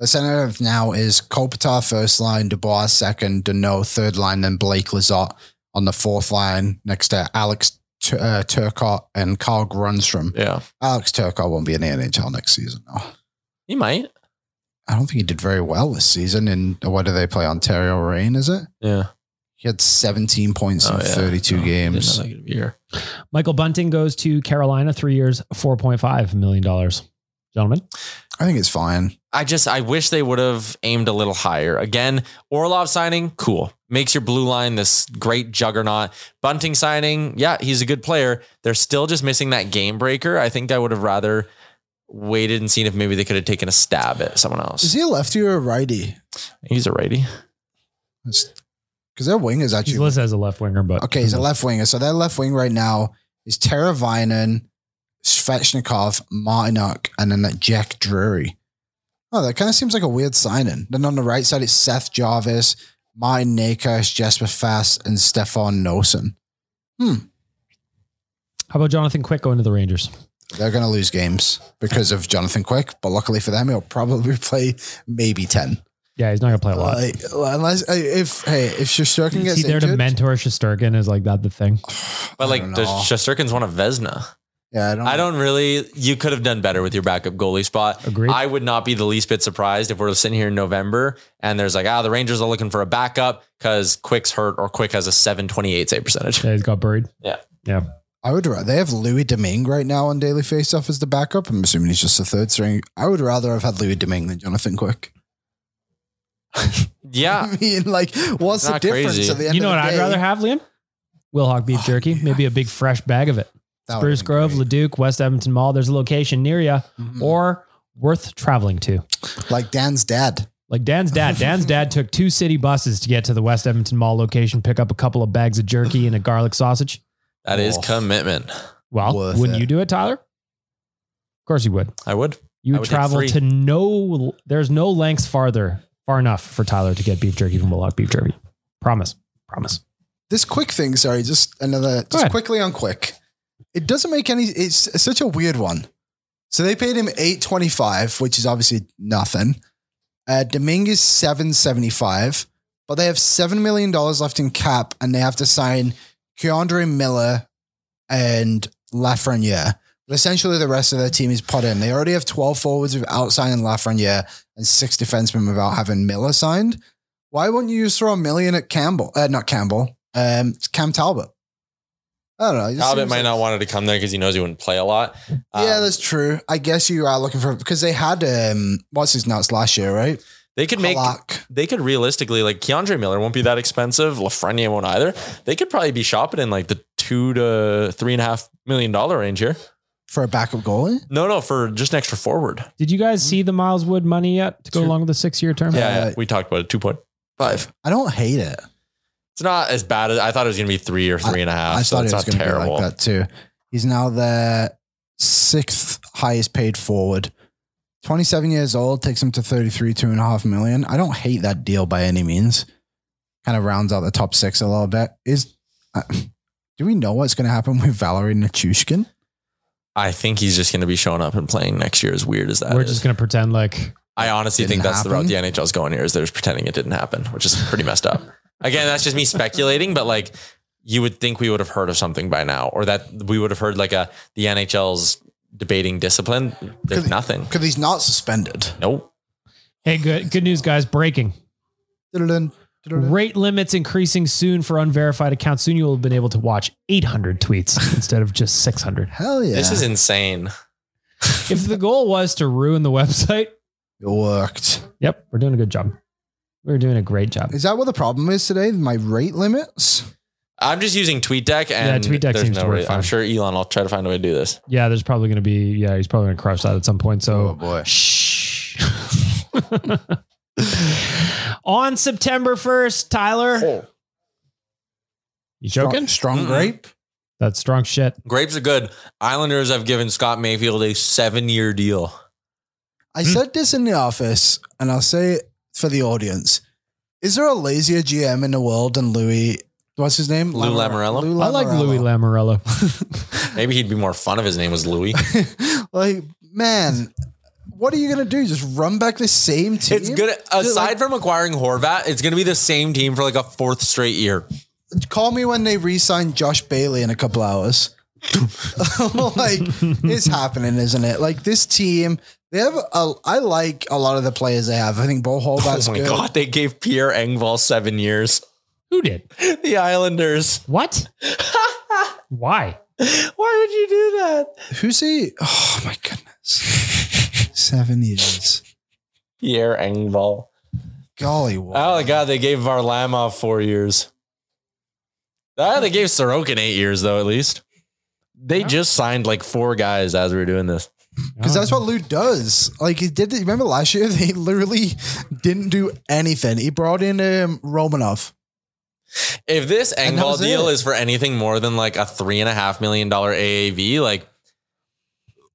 Speaker 4: The center of now is Kopitar first line, Dubois second, Deneau third line, then Blake Lazat on the fourth line next to Alex T- uh, Turcotte and Carl Grunstrom.
Speaker 5: Yeah.
Speaker 4: Alex Turcotte won't be in the NHL next season. though.
Speaker 5: You might.
Speaker 4: I don't think he did very well this season. In what do they play? Ontario Reign, is it?
Speaker 5: Yeah.
Speaker 4: He had 17 points
Speaker 5: Oh,
Speaker 4: in
Speaker 5: yeah.
Speaker 4: 32
Speaker 5: No,
Speaker 4: games.
Speaker 5: didn't have that good of a year.
Speaker 2: Michael Bunting goes to Carolina, three years, $4.5 million. Gentlemen,
Speaker 4: I think it's fine.
Speaker 5: I just I wish they would have aimed a little higher. Again, Orlov signing, cool. Makes your blue line this great juggernaut. Bunting signing, yeah, he's a good player. They're still just missing that game breaker. I think I would have rather waited and seen if maybe they could have taken a stab at someone
Speaker 4: Is
Speaker 5: else.
Speaker 4: he a lefty or a righty?
Speaker 5: He's a righty.
Speaker 4: Because their wing is
Speaker 2: he's
Speaker 4: actually
Speaker 2: listed as a left winger, but
Speaker 4: Okay, he's a left winger. So their left wing right now is Tara Vinen, Svechnikov, Martinuk, and then that Jack Drury. Oh, that kind of seems like a weird signing. Then on the right side, it's Seth Jarvis, Martin Nakers, Jesper Fast, and Stefan Nosen.
Speaker 2: How about Jonathan Quick going to the Rangers?
Speaker 4: They're going to lose games because of Jonathan Quick, but luckily for them, he'll probably play maybe 10.
Speaker 2: Yeah, he's not going to play a lot.
Speaker 4: Like, unless, if, hey, if Shostakin
Speaker 2: Is
Speaker 4: Uh, gets
Speaker 2: he there to
Speaker 4: injured,
Speaker 2: mentor Shusterkin? Is like that the thing?
Speaker 5: But like
Speaker 4: don't
Speaker 5: does
Speaker 4: know.
Speaker 5: Shesterkin's one of Vesna?
Speaker 4: yeah, I don't,
Speaker 5: I don't really you could have done better with your backup goalie spot.
Speaker 2: Agreed.
Speaker 5: I would not be the least bit surprised if we're sitting here in November and there's like, ah, the Rangers are looking for a backup because Quick's hurt or Quick has a 728 save percentage.
Speaker 2: Yeah, he's got buried.
Speaker 5: Yeah.
Speaker 2: Yeah.
Speaker 4: I would. ra- They have Louis Domingue right now on daily faceoff as the backup. I'm assuming he's just the third string. I would rather have had Louis Domingue than Jonathan Quick.
Speaker 5: Yeah.
Speaker 4: I mean, like, what's the
Speaker 5: Ah. Not
Speaker 4: difference?
Speaker 5: crazy.
Speaker 4: At the end
Speaker 2: You know
Speaker 4: of
Speaker 2: what
Speaker 4: the
Speaker 2: I'd
Speaker 4: day? Oh,
Speaker 2: rather have, Liam? Wilhock beef jerky, maybe a big fresh bag of it.
Speaker 4: That would've
Speaker 2: Bruce
Speaker 4: been
Speaker 2: Grove,
Speaker 4: great.
Speaker 2: Leduc, West Edmonton Mall. There's a location near you
Speaker 4: Mhm.
Speaker 2: or worth traveling to.
Speaker 4: like Dan's dad.
Speaker 2: Like Dan's dad. Dan's dad took two city buses to get to the West Edmonton Mall location, pick up a couple of bags of jerky and a garlic sausage.
Speaker 5: That is
Speaker 4: Oh.
Speaker 5: commitment.
Speaker 2: Well,
Speaker 4: Worth
Speaker 2: wouldn't
Speaker 4: it.
Speaker 2: you do it, Tyler? Of course you would.
Speaker 5: I would.
Speaker 2: You
Speaker 5: I
Speaker 2: would
Speaker 5: would hit
Speaker 2: travel
Speaker 5: three.
Speaker 2: to no, there's no lengths farther, far enough for Tyler to get beef jerky from Willock Beef Jerky. Promise. Promise.
Speaker 4: This quick thing, sorry, just another, just
Speaker 2: ahead.
Speaker 4: quickly on quick. It doesn't make any. It's such a weird one. So they paid him eight twenty five, which is obviously nothing. Uh, Domingue is seven seventy five, but they have seven million dollars left in cap, and they have to sign Keandre Miller and Lafreniere. But essentially, the rest of their team is put in. They already have twelve forwards without signing Lafreniere and six defensemen without having Miller signed. Why wouldn't you just throw a million at Campbell? Uh, not Campbell. Um, Cam Talbot. I don't know. It just
Speaker 5: Talbot
Speaker 4: seems
Speaker 5: might
Speaker 4: like-
Speaker 5: not wanted to come there because he knows he wouldn't play a lot. Um,
Speaker 4: yeah, that's true. I guess you are looking for because they had um what's his nuts last year, right?
Speaker 5: they could make
Speaker 4: Halak.
Speaker 5: they could realistically like Keandre Miller won't be that expensive. Lafreniere won't either. They could probably be shopping in like the two to three and a half million dollar range here.
Speaker 4: for a backup goalie.
Speaker 5: No, no, for just an extra forward.
Speaker 2: Did you guys see the Miles Wood money yet to go
Speaker 4: Sure.
Speaker 2: along with the six year term?
Speaker 5: Yeah,
Speaker 4: Uh,
Speaker 5: yeah. we talked about it. Two point five.
Speaker 4: I don't hate it.
Speaker 5: It's not as bad as I thought it was going to be three or three and a half.
Speaker 4: I
Speaker 5: so
Speaker 4: thought
Speaker 5: it's
Speaker 4: it was
Speaker 5: not
Speaker 4: going to be
Speaker 5: terrible.
Speaker 4: like that too. He's now the sixth highest paid forward. 27 years old takes him to 33, two and a half million. I don't hate that deal by any means. Kind of rounds out the top six a little bit. Is uh, do we know what's going to happen with Valerie Nichushkin?
Speaker 5: I think he's just going to be showing up and playing next year. As weird as that
Speaker 2: We're
Speaker 5: is.
Speaker 2: just going to pretend like
Speaker 5: I honestly
Speaker 4: Didn't
Speaker 5: think that's the route
Speaker 4: happen?
Speaker 5: the NHL's going here is they're just pretending it didn't happen, which is pretty messed up. Again, that's just me speculating, but like you would think we would have heard of something by now, or that we would have heard like a the NHL's debating discipline. There's
Speaker 4: Could-
Speaker 5: nothing.
Speaker 4: Because he's not suspended.
Speaker 5: Nope.
Speaker 2: Hey, good good news, guys! Breaking
Speaker 4: Dun-dun-dun, dun-dun-dun.
Speaker 2: rate limits increasing soon for unverified accounts. Soon you will have been able to watch 800 tweets instead of just 600.
Speaker 4: Hell yeah.
Speaker 5: This is insane.
Speaker 2: If the goal was to ruin the website,
Speaker 4: It worked.
Speaker 2: yep, we're doing a good job. We were doing a great job.
Speaker 4: Is that what the problem is today? My rate limits?
Speaker 5: I'm just using TweetDeck
Speaker 2: Yeah,
Speaker 5: and
Speaker 2: TweetDeck
Speaker 5: there's
Speaker 2: seems
Speaker 5: no
Speaker 2: to work
Speaker 5: way. I'm
Speaker 2: fine.
Speaker 5: sure Elon will try to find a way to do this.
Speaker 2: Yeah, there's probably going to be. Yeah, he's probably going to crush that at some point.
Speaker 5: Oh,
Speaker 2: So,
Speaker 4: Oh, boy.
Speaker 2: shh. On September 1st, Tyler.
Speaker 5: Oh,
Speaker 4: Oh.
Speaker 2: You joking?
Speaker 4: Strong, strong
Speaker 5: Mm-mm.
Speaker 4: grape?
Speaker 2: That's strong shit.
Speaker 5: Grapes are good. Islanders have given Scott Mayfield a seven year deal.
Speaker 4: I
Speaker 2: Hmm.
Speaker 4: said this in the office, and I'll say it for the audience. Is there a lazier GM in the world than Louis? What's his name?
Speaker 5: Lou
Speaker 4: Lamor-
Speaker 5: Lamoriello?
Speaker 4: Lou
Speaker 2: I like Louis
Speaker 4: Lamoriello.
Speaker 2: Lamorello.
Speaker 5: Maybe he'd be more fun if his name was Louis.
Speaker 4: like, man, what are you going to do? Just run back the same team?
Speaker 5: It's good. Aside from acquiring Horvat, it's going to be the same team for like a fourth straight year.
Speaker 4: Call me when they re sign Josh Bailey in a couple hours. like, it's happening, isn't it? Like, this team, they have, a, I like a lot of the players they have. I think Bo Holbat's
Speaker 5: oh my
Speaker 4: good.
Speaker 5: god, they gave Pierre Engvall seven years.
Speaker 2: Who did?
Speaker 5: The Islanders.
Speaker 2: What? Why?
Speaker 5: Why would you do that?
Speaker 4: Who's he? Oh, my goodness. Seven years.
Speaker 5: Pierre Engvall.
Speaker 4: Golly, what?
Speaker 5: Oh my god, they gave Varlamov four years. Ah, they gave Sorokin eight years though, at least. They just signed like four guys as we were doing this.
Speaker 4: Because that's what Lou does. Like he did. The, remember last year, they literally didn't do anything. He brought in um, Romanov.
Speaker 5: If this
Speaker 4: And that
Speaker 5: Engvall
Speaker 4: was
Speaker 5: deal
Speaker 4: it.
Speaker 5: is for anything more than like a three and a half million dollar AAV, like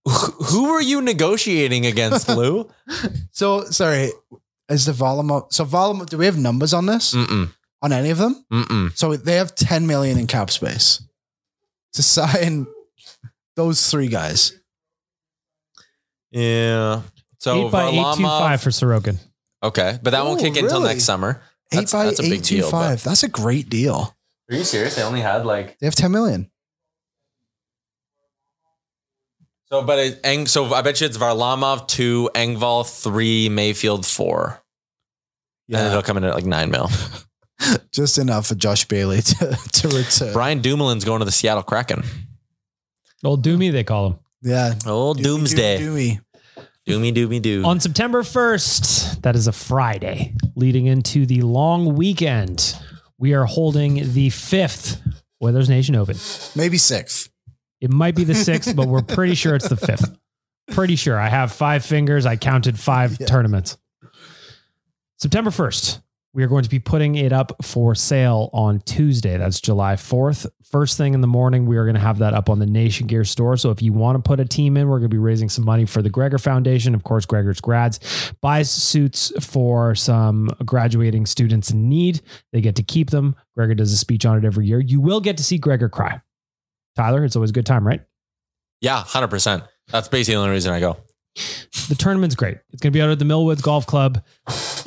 Speaker 5: wh- who were you negotiating against, Lou?
Speaker 4: So sorry, is the Volumov? So Volumov, do we have numbers on this?
Speaker 5: Mm-mm.
Speaker 4: On any of them?
Speaker 5: Mm-mm.
Speaker 4: So they have ten million in cap space to sign those three guys.
Speaker 5: Yeah. So
Speaker 2: Eight by eight two five
Speaker 5: Varlamov.
Speaker 2: for Sorokin.
Speaker 5: Okay, but that won't
Speaker 4: Ooh,
Speaker 5: kick until
Speaker 4: really?
Speaker 5: next summer.
Speaker 4: Eight
Speaker 5: That's-
Speaker 4: by
Speaker 5: that's a big
Speaker 4: eight two
Speaker 5: deal,
Speaker 4: five. That's a great deal.
Speaker 5: Are you serious? They only had like
Speaker 4: They have ten million.
Speaker 5: So, but it, Eng, so I bet you it's Varlamov two, Engvall three, Mayfield four. And it'll come in at like nine mil.
Speaker 4: just enough for Josh Bailey to to return.
Speaker 5: Brian Dumoulin's going to the Seattle Kraken.
Speaker 2: Old Doomy, they call him.
Speaker 4: yeah,
Speaker 5: Old
Speaker 4: Doomy,
Speaker 5: doomsday.
Speaker 4: Doomy,
Speaker 5: Doomy doomy doo.
Speaker 2: On September 1st, that is a Friday, leading into the long weekend, we are holding the fifth Weathers Nation Open.
Speaker 4: Doomy. maybe sixth.
Speaker 2: It might be the sixth, but we're pretty sure it's the fifth. Pretty sure. I have five fingers. I counted five
Speaker 4: Yeah.
Speaker 2: tournaments. September 1st, we are going to be putting it up for sale on Tuesday. That's July 4th. First thing in the morning, we are going to have that up on the Nation Gear store. So if you want to put a team in, we're going to be raising some money for the Gregor Foundation. Of course, Gregor's grads buys suits for some graduating students in need. They get to keep them. Gregor does a speech on it every year. You will get to see Gregor cry. Tyler, it's always a good time, right?
Speaker 5: Yeah, hundred percent. That's basically the only reason I go.
Speaker 2: the tournament's great. It's going to be out at the Millwoods Golf Club.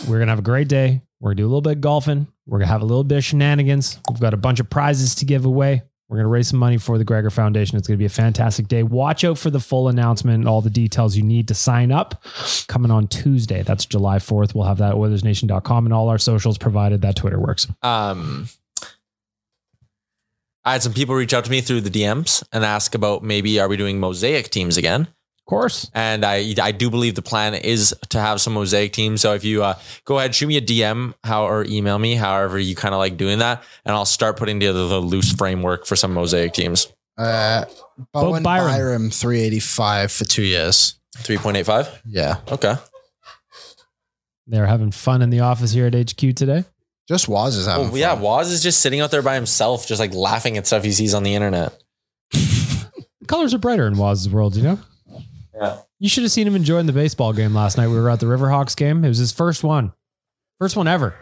Speaker 2: We're going to have a great day. We're going to do a little bit of golfing. We're going to have a little bit of shenanigans. We've got a bunch of prizes to give away. We're going to raise some money for the Gregor Foundation. It's going to be a fantastic day. Watch out for the full announcement and all the details you need to sign up coming on Tuesday. That's July 4th. We'll have that at weathersnation.com and all our socials, provided that Twitter works.
Speaker 5: Um, I had some people reach out to me through the DMs and ask about maybe are we doing mosaic teams again?
Speaker 2: Of course.
Speaker 5: And I I do believe the plan is to have some mosaic teams. So if you uh, go ahead, shoot me a DM how or email me, however you kind of like doing that, and I'll start putting together the loose framework for some mosaic teams.
Speaker 4: Uh, Bowen
Speaker 2: Byram.
Speaker 4: Byram. 385 for two years.
Speaker 5: Three point eight five.
Speaker 4: Yeah.
Speaker 5: Okay.
Speaker 2: They're having fun in the office here at HQ today.
Speaker 4: Just Waz is having
Speaker 5: Well, Oh, yeah,
Speaker 4: fun.
Speaker 5: Waz is just sitting out there by himself, just like laughing at stuff he sees on the internet.
Speaker 2: The colors are brighter in Waz's world, you know?
Speaker 5: Yeah.
Speaker 2: You should have seen him enjoying the baseball game last night. We were at the Riverhawks game. It was his first one, first one ever.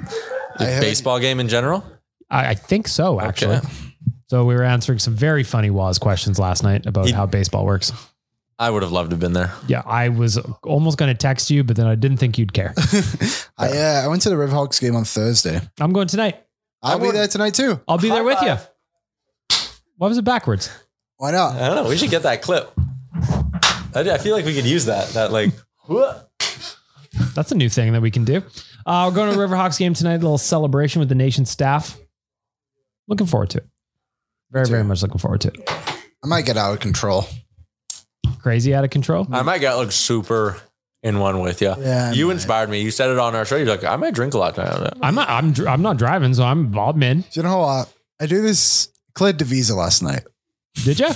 Speaker 4: I heard-
Speaker 5: Baseball game in general.
Speaker 2: I, I think so, actually.
Speaker 5: Okay.
Speaker 2: So we were answering some very funny Waz questions last night about
Speaker 5: He-
Speaker 2: how baseball works.
Speaker 5: I would have loved to have been there.
Speaker 2: Yeah, I was almost going to text you, but then I didn't think you'd care.
Speaker 4: I, uh, I went to the Riverhawks game on Thursday.
Speaker 2: I'm going tonight.
Speaker 4: I'll be there tonight too.
Speaker 2: I'll be there with you. Why was it backwards?
Speaker 4: Why not?
Speaker 5: I don't know. We should get that clip. I, I feel like we could use that. That like.
Speaker 2: That's a new thing that we can do. Uh, we're going to a Riverhawks game tonight, a little celebration with the nation staff. Looking forward to it. Very, very much looking forward to it.
Speaker 4: I might get out of control.
Speaker 2: Crazy out of control.
Speaker 5: Uh, I might get like super in one with you.
Speaker 4: Yeah,
Speaker 5: you inspired me. You said it on our show. You're like, I might drink a lot tonight.
Speaker 2: I'm not, I'm dr- I'm not driving, so I'm Bob in.
Speaker 4: Do you know what? I do this Cleared Devisa last night.
Speaker 2: Did you?
Speaker 4: I'm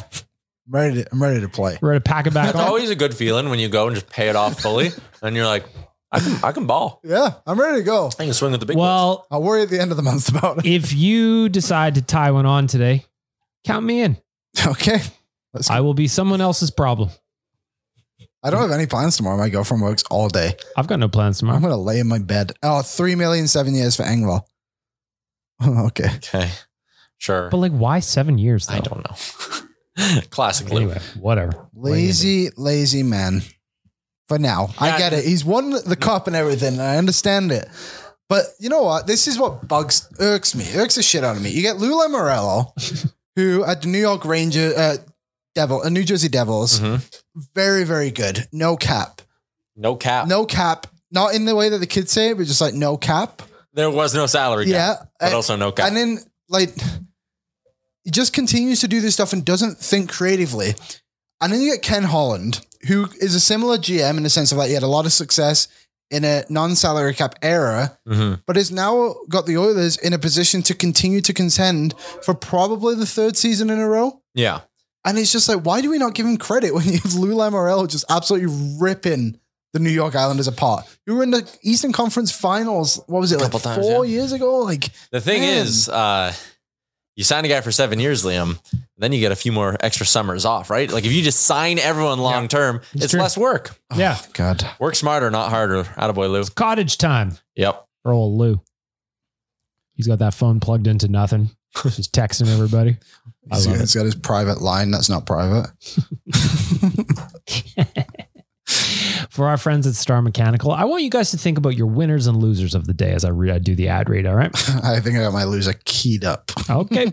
Speaker 4: ready. To, I'm ready to play.
Speaker 2: We're gonna pack it back
Speaker 5: That's
Speaker 2: on.
Speaker 5: always a good feeling when you go and just pay it off fully, and you're like, I can, I can ball.
Speaker 4: Yeah, I'm ready to go.
Speaker 5: I can swing with the big.
Speaker 2: Well,
Speaker 4: I'll worry at the end of the month about it.
Speaker 2: if you decide to tie one on today, count me in.
Speaker 4: Okay. Let's go.
Speaker 2: I will be someone else's problem.
Speaker 4: I don't have any plans tomorrow. My girlfriend works all day.
Speaker 2: I've got no plans
Speaker 4: I'm
Speaker 2: tomorrow.
Speaker 4: gonna lay in my bed. Oh, three million seven years for Engvall. okay.
Speaker 5: Okay, sure.
Speaker 2: But like, why seven years? Though?
Speaker 5: I don't know. Classic Lou.
Speaker 2: Anyway, whatever.
Speaker 4: Lazy, lazy man. For now,
Speaker 5: Yeah.
Speaker 4: I get it. He's won the cup and everything, and I understand it. But you know what? This is what bugs irks me. Irks the shit out of me. You get Lula Morello, who at the New York Ranger, uh, Devil, uh, New Jersey Devils,
Speaker 5: Mhm.
Speaker 4: very, very good. No cap.
Speaker 5: No cap.
Speaker 4: No cap. Not in the way that the kids say it, but just like no cap.
Speaker 5: There was no salary. Cap,
Speaker 4: Yeah.
Speaker 5: but
Speaker 4: Uh,
Speaker 5: also no cap.
Speaker 4: And then like he just continues to do this stuff and doesn't think creatively. And then you get Ken Holland, who is a similar GM in the sense of like he had a lot of success in a non-salary cap era,
Speaker 5: Mhm.
Speaker 4: but has now got the Oilers in a position to continue to contend for probably the third season in a row.
Speaker 5: Yeah.
Speaker 4: And it's just like, why do we not give him credit when you have Lou Lamorello just absolutely ripping the New York Islanders apart? You were in the Eastern Conference Finals. What was it like
Speaker 5: Couple times,
Speaker 4: four
Speaker 5: yeah.
Speaker 4: years ago? Like
Speaker 5: The thing
Speaker 4: Man.
Speaker 5: is, uh, you sign a guy for seven years, Liam, then you get a few more extra summers off, right? Like if you just sign everyone long term, it's,
Speaker 2: true.
Speaker 5: less work.
Speaker 2: Yeah.
Speaker 4: God,
Speaker 5: Work smarter, not harder. Attaboy, Lou.
Speaker 2: Cottage time
Speaker 5: Yep.
Speaker 2: for old Lou. He's got that phone plugged into nothing. Just texting everybody. I
Speaker 4: He's
Speaker 2: love it.
Speaker 4: got, he's got his private line that's not private.
Speaker 2: For our friends at Star Mechanical, I want you guys to think about your winners and losers of the day as I, re- I do the ad read. All right.
Speaker 4: I think I got my loser keyed up.
Speaker 2: Okay.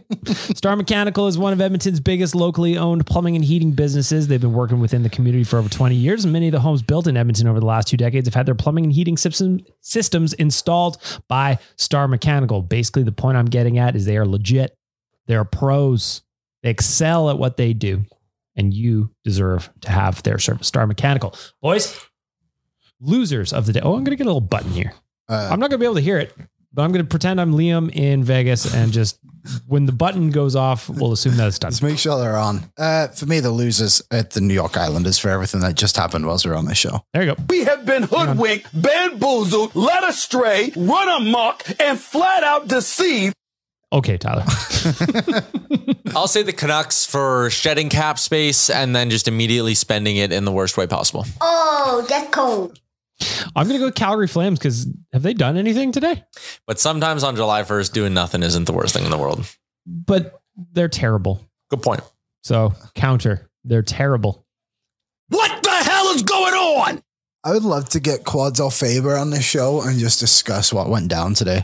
Speaker 2: Star Mechanical is one of Edmonton's biggest locally owned plumbing and heating businesses. They've been working within the community for over 20 years. and Many of the homes built in Edmonton over the last two decades have had their plumbing and heating system, systems installed by Star Mechanical. Basically, the point I'm getting at is they are legit. They're pros. They excel at what they do. And you deserve to have their service. Star Mechanical. Boys, losers of the day. Oh, I'm going to get a little button here.
Speaker 4: Uh,
Speaker 2: I'm not gonna be able to hear it, but I'm gonna pretend I'm Liam in Vegas and just when the button goes off, we'll assume that it's done.
Speaker 4: let's make sure they're on. Uh, for me, the losers at the New York Islanders for everything that just happened whilst we were on this show.
Speaker 2: There you go.
Speaker 8: We have been hoodwinked, bamboozled, led astray, run amok, and flat out deceived.
Speaker 2: Okay, Tyler.
Speaker 5: I'll say the Canucks for shedding cap space and then just immediately spending it in the worst way possible.
Speaker 8: Oh, that's cold.
Speaker 2: I'm gonna go Calgary Flames because have they done anything today?
Speaker 5: But sometimes on July 1st, doing nothing isn't the worst thing in the world.
Speaker 2: But they're terrible.
Speaker 5: Good point.
Speaker 2: So counter, they're terrible.
Speaker 8: What the hell is going on?
Speaker 4: I would love to get Quads or Faber on this show and just discuss what went down today.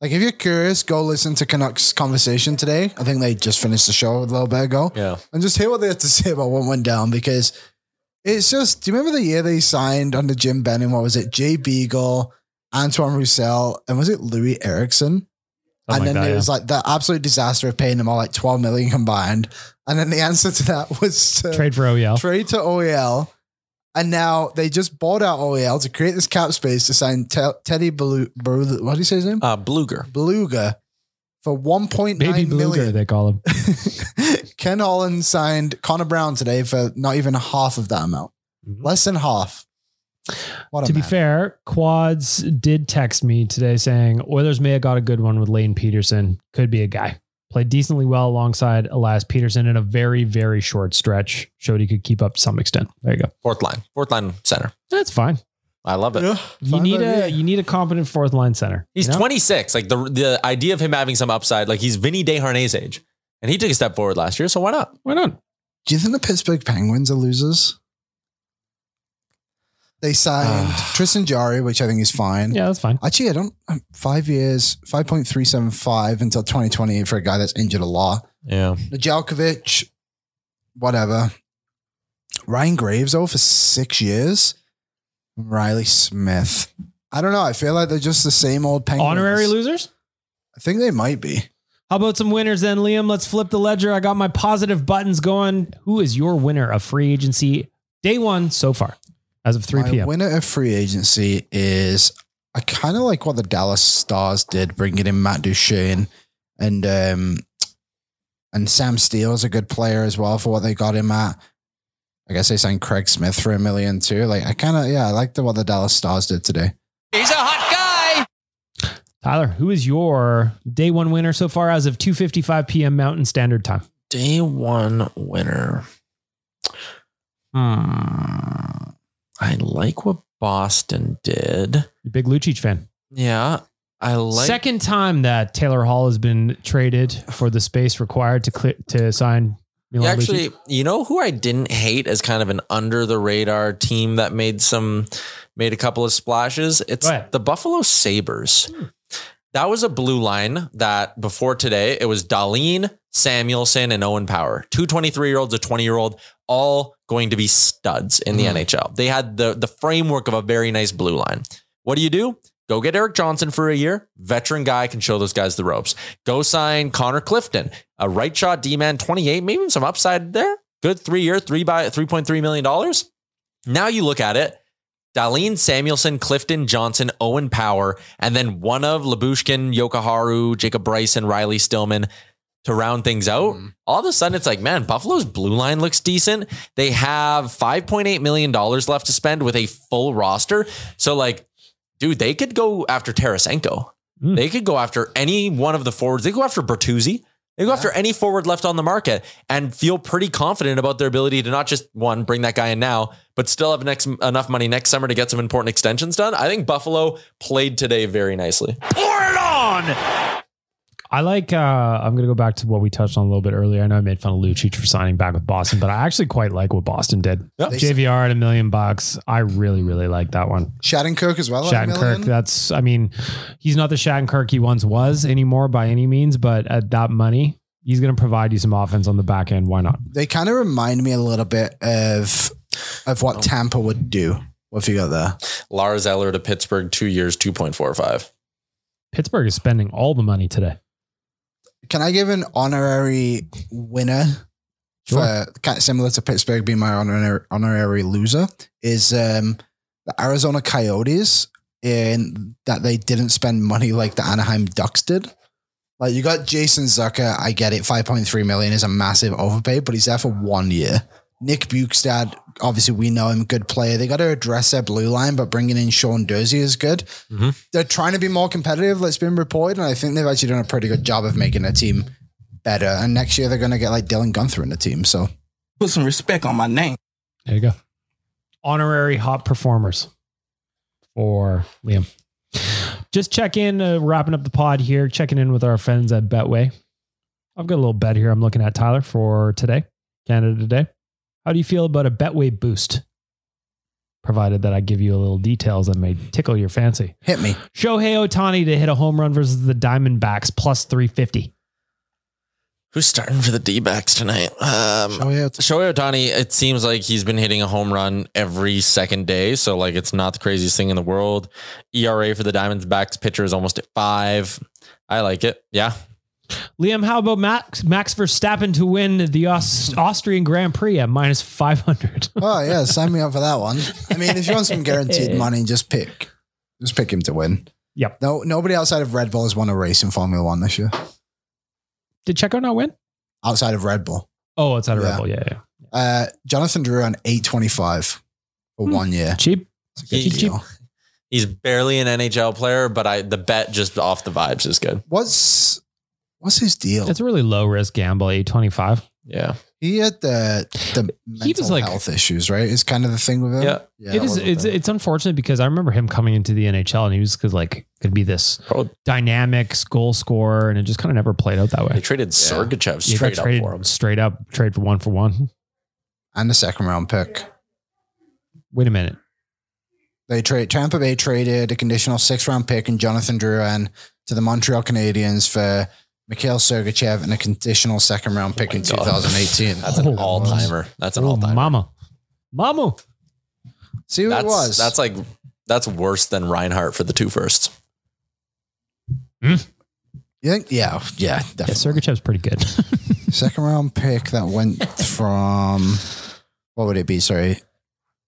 Speaker 4: Like, if you're curious, go listen to Canucks conversation today. I think they just finished the show a little bit ago.
Speaker 5: Yeah.
Speaker 4: and just hear what they had to say about what went down because it's just. Do you remember the year they signed under Jim Benning? What was it? Jay Beagle, Antoine Roussel, and was it Louis Erickson?
Speaker 2: Something
Speaker 4: and then
Speaker 2: like that,
Speaker 4: it
Speaker 2: yeah.
Speaker 4: was like the absolute disaster of paying them all like twelve million combined. And then the answer to that was to
Speaker 2: Trade for E OEL.
Speaker 4: Uh, trade to OEL. And now they just bought out OEL to create this cap space to sign Te- Teddy Blu- Blu- What do you say his name?
Speaker 5: Uh, Bluger.
Speaker 4: Beluga for one point
Speaker 2: Baby
Speaker 4: nine million.
Speaker 2: Bluger, they call him.
Speaker 4: Ken Holland signed Connor Brown today for not even half of that amount. Less than half. What a
Speaker 2: Mm-hmm. to be
Speaker 4: man.
Speaker 2: fair, Quads did text me today saying Oilers may have got a good one with Lane Peterson. Could be a guy. Played decently well alongside Elias Peterson in a very, very short stretch. Showed he could keep up to some extent. There you go.
Speaker 5: Fourth line. Fourth line center.
Speaker 2: That's fine.
Speaker 5: I love it.
Speaker 4: Yeah,
Speaker 2: You
Speaker 4: fine
Speaker 2: need
Speaker 4: by
Speaker 2: a
Speaker 4: me.
Speaker 2: you need a competent fourth line center.
Speaker 5: He's
Speaker 2: you know?
Speaker 5: 26. Like the the idea of him having some upside, like he's Vinny DeHarnay's age. And he took a step forward last year, so why not?
Speaker 2: Why not?
Speaker 4: Do you think the Pittsburgh Penguins are losers? They signed
Speaker 2: Ah.
Speaker 4: Tristan Jari, which I think is fine.
Speaker 2: Yeah, that's fine.
Speaker 4: Actually, I don't. um, Five years, five point three seven five until twenty twenty for a guy that's injured a lot.
Speaker 5: Yeah.
Speaker 4: Nijelkovic, whatever. Ryan Graves though for six years. Riley Smith. I don't know. I feel like they're just the same old Penguins.
Speaker 2: Honorary losers?
Speaker 4: I think they might be.
Speaker 2: How about some winners then, Liam? Let's flip the ledger. I got my positive buttons going. Who is your winner of free agency day one so far? as of 3
Speaker 4: My
Speaker 2: p.m.
Speaker 4: winner of free agency is I kind of like what the Dallas Stars did, bringing in Matt Duchene and um and Sam Steele's a good player as well for what they got him at. I guess they signed Craig Smith for a million too. Like I kind of yeah, I like the what the Dallas Stars did today.
Speaker 8: He's a hot guy.
Speaker 2: Tyler, who is your day one winner so far as of 2:55 p.m. Mountain Standard Time?
Speaker 9: Day one winner. Hmm. I like what Boston did.
Speaker 2: Big Lucic fan.
Speaker 9: Yeah. I like
Speaker 2: Second time that Taylor Hall has been traded for the space required to clear, to sign Milan
Speaker 5: Yeah, actually,
Speaker 2: Lucic.
Speaker 5: you know who I didn't hate as kind of an under the radar team that made some made a couple of splashes? It's
Speaker 2: Go ahead.
Speaker 5: the Buffalo Sabres. That was a blue line that before today, it was Darlene, Samuelson, and Owen Power. Two 23 year olds, a 20 year old, all going to be studs in the NHL. They had the, the framework of a very nice blue line. What do you do? Go get Eric Johnson for a year. Veteran guy can show those guys the ropes. Go sign Connor Clifton, a right shot D man, 28, maybe even some upside there. Good three year, three by $3.3 million. Now you look at it. Darlene Samuelson, Clifton Johnson, Owen Power, and then one of Labushkin, Yokoharu, Jacob Bryson, Riley Stillman to round things out. All of a sudden, it's like, man, Buffalo's blue line looks decent. They have $5.8 million left to spend with a full roster. So, like, dude, they could go after Tarasenko. They could go after any one of the forwards. They could go after Bertuzzi. They go after any forward left on the market and feel pretty confident about their ability to not just one bring that guy in now, but still have next enough money next summer to get some important extensions done. I think Buffalo played today very nicely.
Speaker 8: Pour it on.
Speaker 2: I like. Uh, I'm going to go back to what we touched on a little bit earlier. I know I made fun of Lucic for signing back with Boston, but I actually quite like what Boston did.
Speaker 4: Yep.
Speaker 2: JVR at a million bucks. I really, really like that one.
Speaker 4: Shattenkirk as well. at a million.
Speaker 2: Shattenkirk. That's. I mean, he's not the Shattenkirk he once was anymore by any means, but at that money, he's going to provide you some offense on the back end. Why not?
Speaker 4: They kind of remind me a little bit of of what Tampa would do. What have you got there?
Speaker 5: Lars Eller to Pittsburgh, two years, 2.45.
Speaker 2: Pittsburgh is spending all the money today.
Speaker 4: Can I give an honorary winner for kind of similar to Pittsburgh being my honorary, honorary loser is um, the Arizona Coyotes in that they didn't spend money like the Anaheim Ducks did. Like you got Jason Zucker, I get it. Five point three million is a massive overpay, but he's there for one year. Nick Bukestad, obviously we know him, good player. They got to address their blue line, but bringing in Sean Dursey is good.
Speaker 5: Mhm.
Speaker 4: They're trying to be more competitive. That's been reported, and I think they've actually done a pretty good job of making their team better. And next year they're going to get like Dylan Gunther in the team. So
Speaker 8: Put some respect on my name.
Speaker 2: There you go. Honorary hot performers for Liam. Just check in, uh, wrapping up the pod here, checking in with our friends at Betway. I've got a little bet here I'm looking at, Tyler, for today, Canada Today. How do you feel about a Betway boost? Provided that I give you a little details that may tickle your fancy.
Speaker 4: hit me.
Speaker 2: Shohei Otani to hit a home run versus the Diamondbacks plus 350.
Speaker 5: Who's starting for the D backs tonight? Um,
Speaker 4: Shohei
Speaker 5: Shohei Otani, it seems like he's been hitting a home run every second day. So, like, it's not the craziest thing in the world. ERA for the Diamondbacks pitcher is almost at five. I like it. Yeah.
Speaker 2: Liam, how about Max, Max Verstappen to win the Aus- Austrian Grand Prix at minus 500?
Speaker 4: Oh yeah, sign me up for that one. I mean, if you want some guaranteed money, just pick, just pick him to win.
Speaker 2: Yep.
Speaker 4: No, nobody outside of Red Bull has won a race in Formula One this year.
Speaker 2: Did Checo not win?
Speaker 4: Outside of Red Bull,
Speaker 2: Oh, it's out of
Speaker 4: Yeah.
Speaker 2: Red Bull. Yeah, yeah.
Speaker 4: uh, Jonathan Drew on eight twenty five for one year.
Speaker 2: Cheap.
Speaker 4: It's a good
Speaker 5: Cheap, cheap.
Speaker 4: deal.
Speaker 5: He's barely an NHL player, but I the bet just off the vibes is good.
Speaker 4: What's what's his deal?
Speaker 2: That's a really low risk gamble, 825.
Speaker 5: Yeah.
Speaker 4: He had the the mental
Speaker 2: was like-
Speaker 4: health issues, right? Is kind of the thing with him.
Speaker 5: Yeah.
Speaker 4: yeah
Speaker 2: it is
Speaker 4: wasn't
Speaker 2: it's,
Speaker 4: bad.
Speaker 2: it's unfortunate because I remember him coming into the NHL and he was 'cause, like could be this
Speaker 5: Oh.
Speaker 2: dynamic goal scorer and it just kind of never played out that
Speaker 5: They
Speaker 2: way.
Speaker 5: traded Sergachev
Speaker 2: You got
Speaker 5: straight up
Speaker 2: traded
Speaker 5: for him.
Speaker 2: straight up trade for one for one.
Speaker 4: and the second round pick.
Speaker 2: Wait a minute.
Speaker 4: They trade Tampa Bay traded a conditional six round pick and Jonathan Drouin to the Montreal Canadiens for Mikhail Sergachev and a conditional second round pick in
Speaker 5: Oh God.
Speaker 4: 2018.
Speaker 5: That's an
Speaker 2: Oh,
Speaker 5: all timer. That's an
Speaker 2: Oh,
Speaker 5: all timer.
Speaker 2: mama. Mamu.
Speaker 4: See what
Speaker 5: That's
Speaker 4: it was.
Speaker 5: that's like that's worse than Reinhardt for the two firsts.
Speaker 4: you think? Yeah, oh, yeah,
Speaker 2: Yeah,
Speaker 4: definitely.
Speaker 2: Sergachev's pretty good.
Speaker 4: second round pick that went from what would it be? Sorry,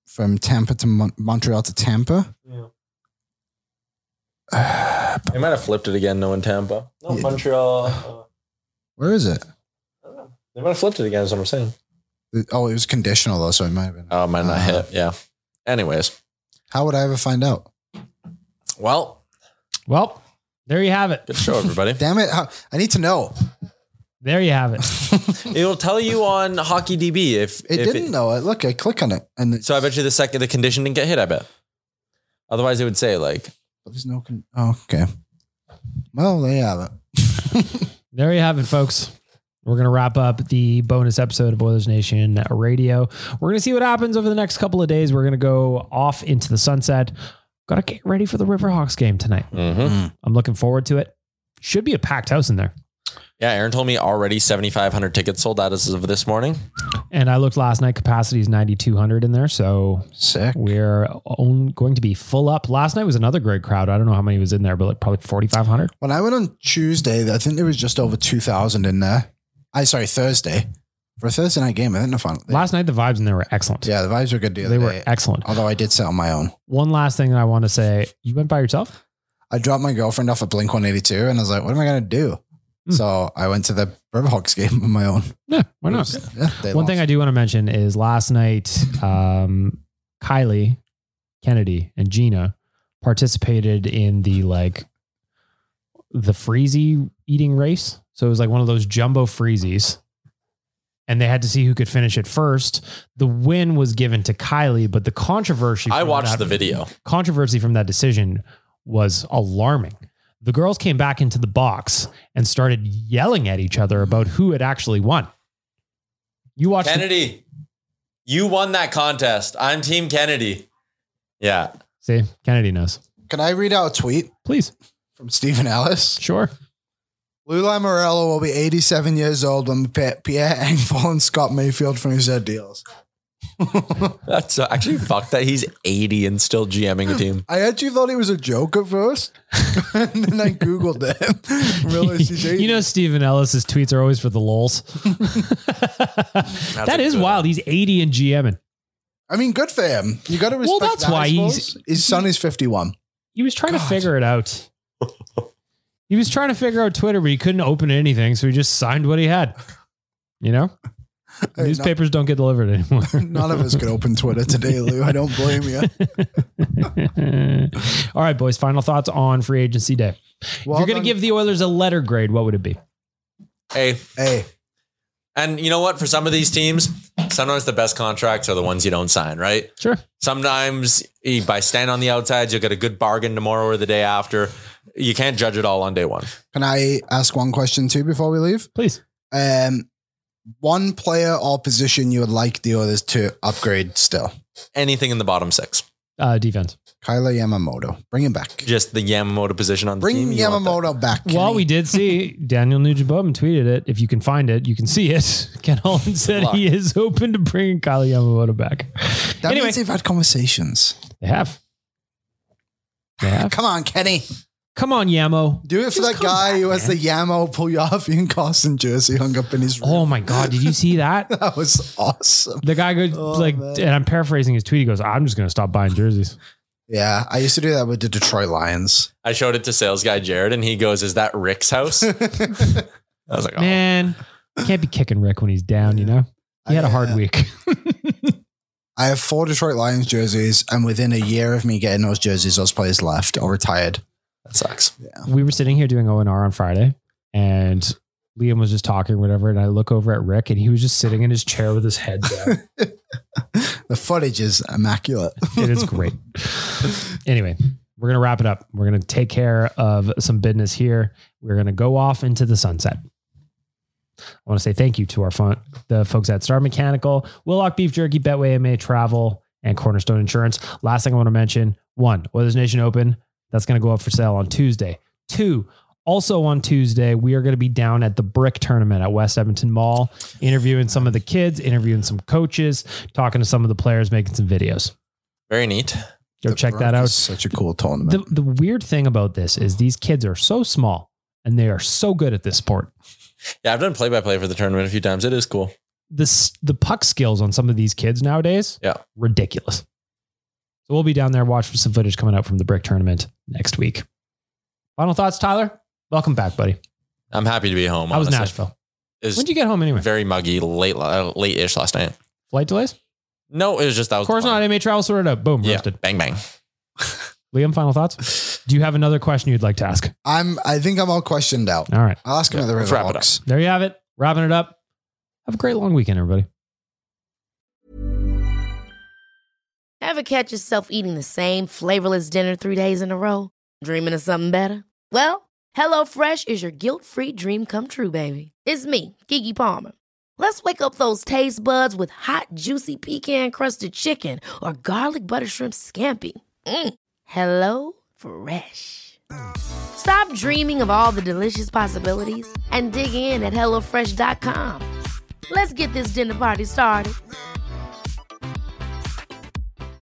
Speaker 4: from Tampa to Mon- Montreal to Tampa.
Speaker 5: They might have flipped it again, no in Tampa. No, Montreal. uh,
Speaker 4: Where is it?
Speaker 5: they might have flipped it again, is what I'm saying.
Speaker 4: The- Oh, it was conditional though, so it might have been.
Speaker 5: Oh, it might not
Speaker 4: Uh-huh.
Speaker 5: hit. Yeah. Anyways,
Speaker 4: How would I ever find out?
Speaker 5: well,
Speaker 2: Well, there you have it.
Speaker 5: good show, everybody.
Speaker 4: Damn it! How, I need to know.
Speaker 2: There you have it.
Speaker 5: It'll tell you on Hockey DB if
Speaker 4: It
Speaker 5: if
Speaker 4: didn't know it. Look, I click on it, and it's,
Speaker 5: So I bet you the second the condition didn't get hit. I bet. Otherwise, it would say like
Speaker 4: there's no. Con- oh, okay. Well, there you have it.
Speaker 2: There you have it, folks. We're going to wrap up the bonus episode of Oilers Nation Radio. We're going to see what happens over the next couple of days. We're going to go off into the sunset. Got to get ready for the Riverhawks game tonight.
Speaker 4: Mm-hmm.
Speaker 2: I'm looking forward to it. Should be a packed house in there.
Speaker 5: yeah. Aaron told me already seventy five hundred tickets sold out as of this morning.
Speaker 2: And I looked last night, capacity is 9,200 in there. So
Speaker 4: Sick.
Speaker 2: we're on, going to be full up. Last night was another great crowd. I don't know how many was in there, but like probably 4,500.
Speaker 4: When I went on Tuesday, I think there was just over two thousand in there. I sorry Thursday for a Thursday night game. I think the final.
Speaker 2: Last night, the vibes in there were excellent.
Speaker 4: Yeah, the vibes were good. The
Speaker 2: they
Speaker 4: other
Speaker 2: were
Speaker 4: day,
Speaker 2: excellent.
Speaker 4: although I did sit on my own.
Speaker 2: One last thing that I want to say you went by yourself?
Speaker 4: I dropped my girlfriend off at Blink 182 and I was like, what am I going to do? So I went to the Riverhawks game on my own.
Speaker 2: Yeah, Hmm. why not?
Speaker 4: Yeah, they
Speaker 2: One thing I do want to mention is last night, um, Kylie, Kennedy, and Gina participated in the like the freezy eating race. So it was like one of those jumbo freezies. And they had to see who could finish it first. The win was given to Kylie, but the controversy.
Speaker 5: I
Speaker 2: from
Speaker 5: watched
Speaker 2: that-
Speaker 5: the video.
Speaker 2: Controversy from that decision was alarming. The girls came back into the box and started yelling at each other about who had actually won. You watched the-
Speaker 5: Kennedy, you won that contest. I'm Team Kennedy. Yeah.
Speaker 2: See, Kennedy knows.
Speaker 4: Can I read out a tweet
Speaker 2: Please.
Speaker 4: from Stephen Ellis?
Speaker 2: Sure.
Speaker 4: Lou Lamorello will be 87 years old when Pierre Pierre Engvall and Scott Mayfield finish their deals.
Speaker 5: That's uh, actually fucked that he's 80 and still GMing a team.
Speaker 4: I actually thought it was a joke at first. and then I Googled it. and realized he's 80.
Speaker 2: you know, Stephen Ellis's tweets are always for the lols. that
Speaker 5: a
Speaker 2: is
Speaker 5: good
Speaker 2: wild. He's 80 and GMing.
Speaker 4: I mean, good for him. You got to respect
Speaker 2: that's
Speaker 4: that, I
Speaker 2: why he's-
Speaker 4: suppose. His son is 51.
Speaker 2: He was trying to figure it out. he was trying to figure out Twitter, but he couldn't open anything. So he just signed what he had. You know?
Speaker 4: not-
Speaker 2: Newspapers don't get delivered anymore.
Speaker 4: None of us could open Twitter today, Lou. I don't blame you.
Speaker 2: All right, boys. Final thoughts on free agency day.
Speaker 4: Well
Speaker 2: if you're going
Speaker 4: done.
Speaker 2: to give the Oilers a letter grade, what would it be?
Speaker 5: Hey,
Speaker 4: Hey,
Speaker 5: and you know what? For some of these teams, sometimes the best contracts are the ones you don't sign, right?
Speaker 2: Sure.
Speaker 5: Sometimes eh, by staying on the outsides, you'll get a good bargain tomorrow or the day after. You can't judge it all on day one.
Speaker 4: Can I ask one question too before we leave?
Speaker 2: Please.
Speaker 4: Um, one player or position you would like the others to upgrade still?
Speaker 5: Anything in the bottom six,
Speaker 2: Uh, defense.
Speaker 4: Kyla Yamamoto, bring him back.
Speaker 5: just the Yamamoto position on the
Speaker 4: Bring
Speaker 5: team. you want that.
Speaker 4: Yamamoto back.
Speaker 2: well,
Speaker 4: Kenny.
Speaker 2: we did see Daniel Nugent Bowman tweeted it. If you can find it, you can see it. Ken Holland said
Speaker 5: luck.
Speaker 2: he is open to bringing Kyle Yamamoto back.
Speaker 4: That
Speaker 2: anyway,
Speaker 4: means they've had conversations.
Speaker 2: they have. They have.
Speaker 4: Come on, Kenny,
Speaker 2: Come on, Yamo.
Speaker 4: do it for that guy who has the Yamo Pulyavian Carson jersey hung up in his room.
Speaker 2: Oh my God! Did you see that?
Speaker 4: That was awesome.
Speaker 2: The guy goes
Speaker 4: Oh,
Speaker 2: like,
Speaker 4: man.
Speaker 2: and I'm paraphrasing his tweet. He goes, "I'm just going to stop buying jerseys."
Speaker 4: Yeah, I used to do that with the Detroit Lions.
Speaker 5: I showed it to sales guy Jared, and he goes, "Is that Rick's house?" I was like, "Oh,
Speaker 2: Man, you can't be kicking Rick when he's down. You know, he had a hard
Speaker 4: Yeah.
Speaker 2: week.
Speaker 4: I have four Detroit Lions jerseys, and within a year of me getting those jerseys, those players left or retired.
Speaker 5: that sucks."
Speaker 2: we were sitting here doing O and R on Friday, and Liam was just talking, whatever. And I look over at Rick, and he was just sitting in his chair with his head down.
Speaker 4: The footage is immaculate.
Speaker 2: it is great. anyway, we're gonna wrap it up. We're gonna take care of some business here. We're gonna go off into the sunset. I want to say thank you to our fun, the folks at Star Mechanical, Willock Beef Jerky, Betway MA Travel, and Cornerstone Insurance. Last thing I want to mention: one, Weathers Nation Open. That's going to go up for sale on Tuesday. Two. Also on Tuesday, we are going to be down at the Brick Tournament at West Edmonton Mall, interviewing some of the kids, interviewing some coaches, talking to some of the players, making some videos.
Speaker 5: Very neat.
Speaker 2: Go
Speaker 4: The
Speaker 2: check
Speaker 4: Bronx
Speaker 2: that out.
Speaker 4: is Such a cool tournament.
Speaker 2: The, the weird thing about this is these kids are so small and they are so good at this sport.
Speaker 5: Yeah, I've done play by play for the tournament a few times. It is cool.
Speaker 2: This the puck skills on some of these kids nowadays,
Speaker 5: Yeah.
Speaker 2: ridiculous. So we'll be down there. Watch for some footage coming out from the brick tournament next week. Final thoughts, Tyler. Welcome back, buddy.
Speaker 5: I'm happy to be home.
Speaker 2: How was
Speaker 5: honestly.
Speaker 2: Nashville?
Speaker 5: It was
Speaker 2: When'd you get home anyway?
Speaker 5: Very muggy, late, uh, late-ish last night.
Speaker 2: Flight delays?
Speaker 5: No, it was just that was
Speaker 2: Of course not. I may travel sorted out. Boom,
Speaker 5: Yeah,
Speaker 2: roasted.
Speaker 5: bang bang.
Speaker 2: Liam, final thoughts? Do you have another question you'd like to ask?
Speaker 4: I'm. I think I'm all questioned out.
Speaker 2: All right.
Speaker 4: I'll ask him at the
Speaker 2: let's wrap it
Speaker 4: Riverwalks.
Speaker 2: There you have it. Wrapping it up. Have a great long weekend, everybody.
Speaker 10: Ever catch yourself eating the same flavorless dinner three days in a row? Dreaming of something better? Well, HelloFresh is your guilt free dream come true, baby. It's me, Gigi Palmer. Let's wake up those taste buds with hot, juicy pecan crusted chicken or garlic butter shrimp scampi. Mm. Hello Fresh. Stop dreaming of all the delicious possibilities and dig in at HelloFresh.com. Let's get this dinner party started.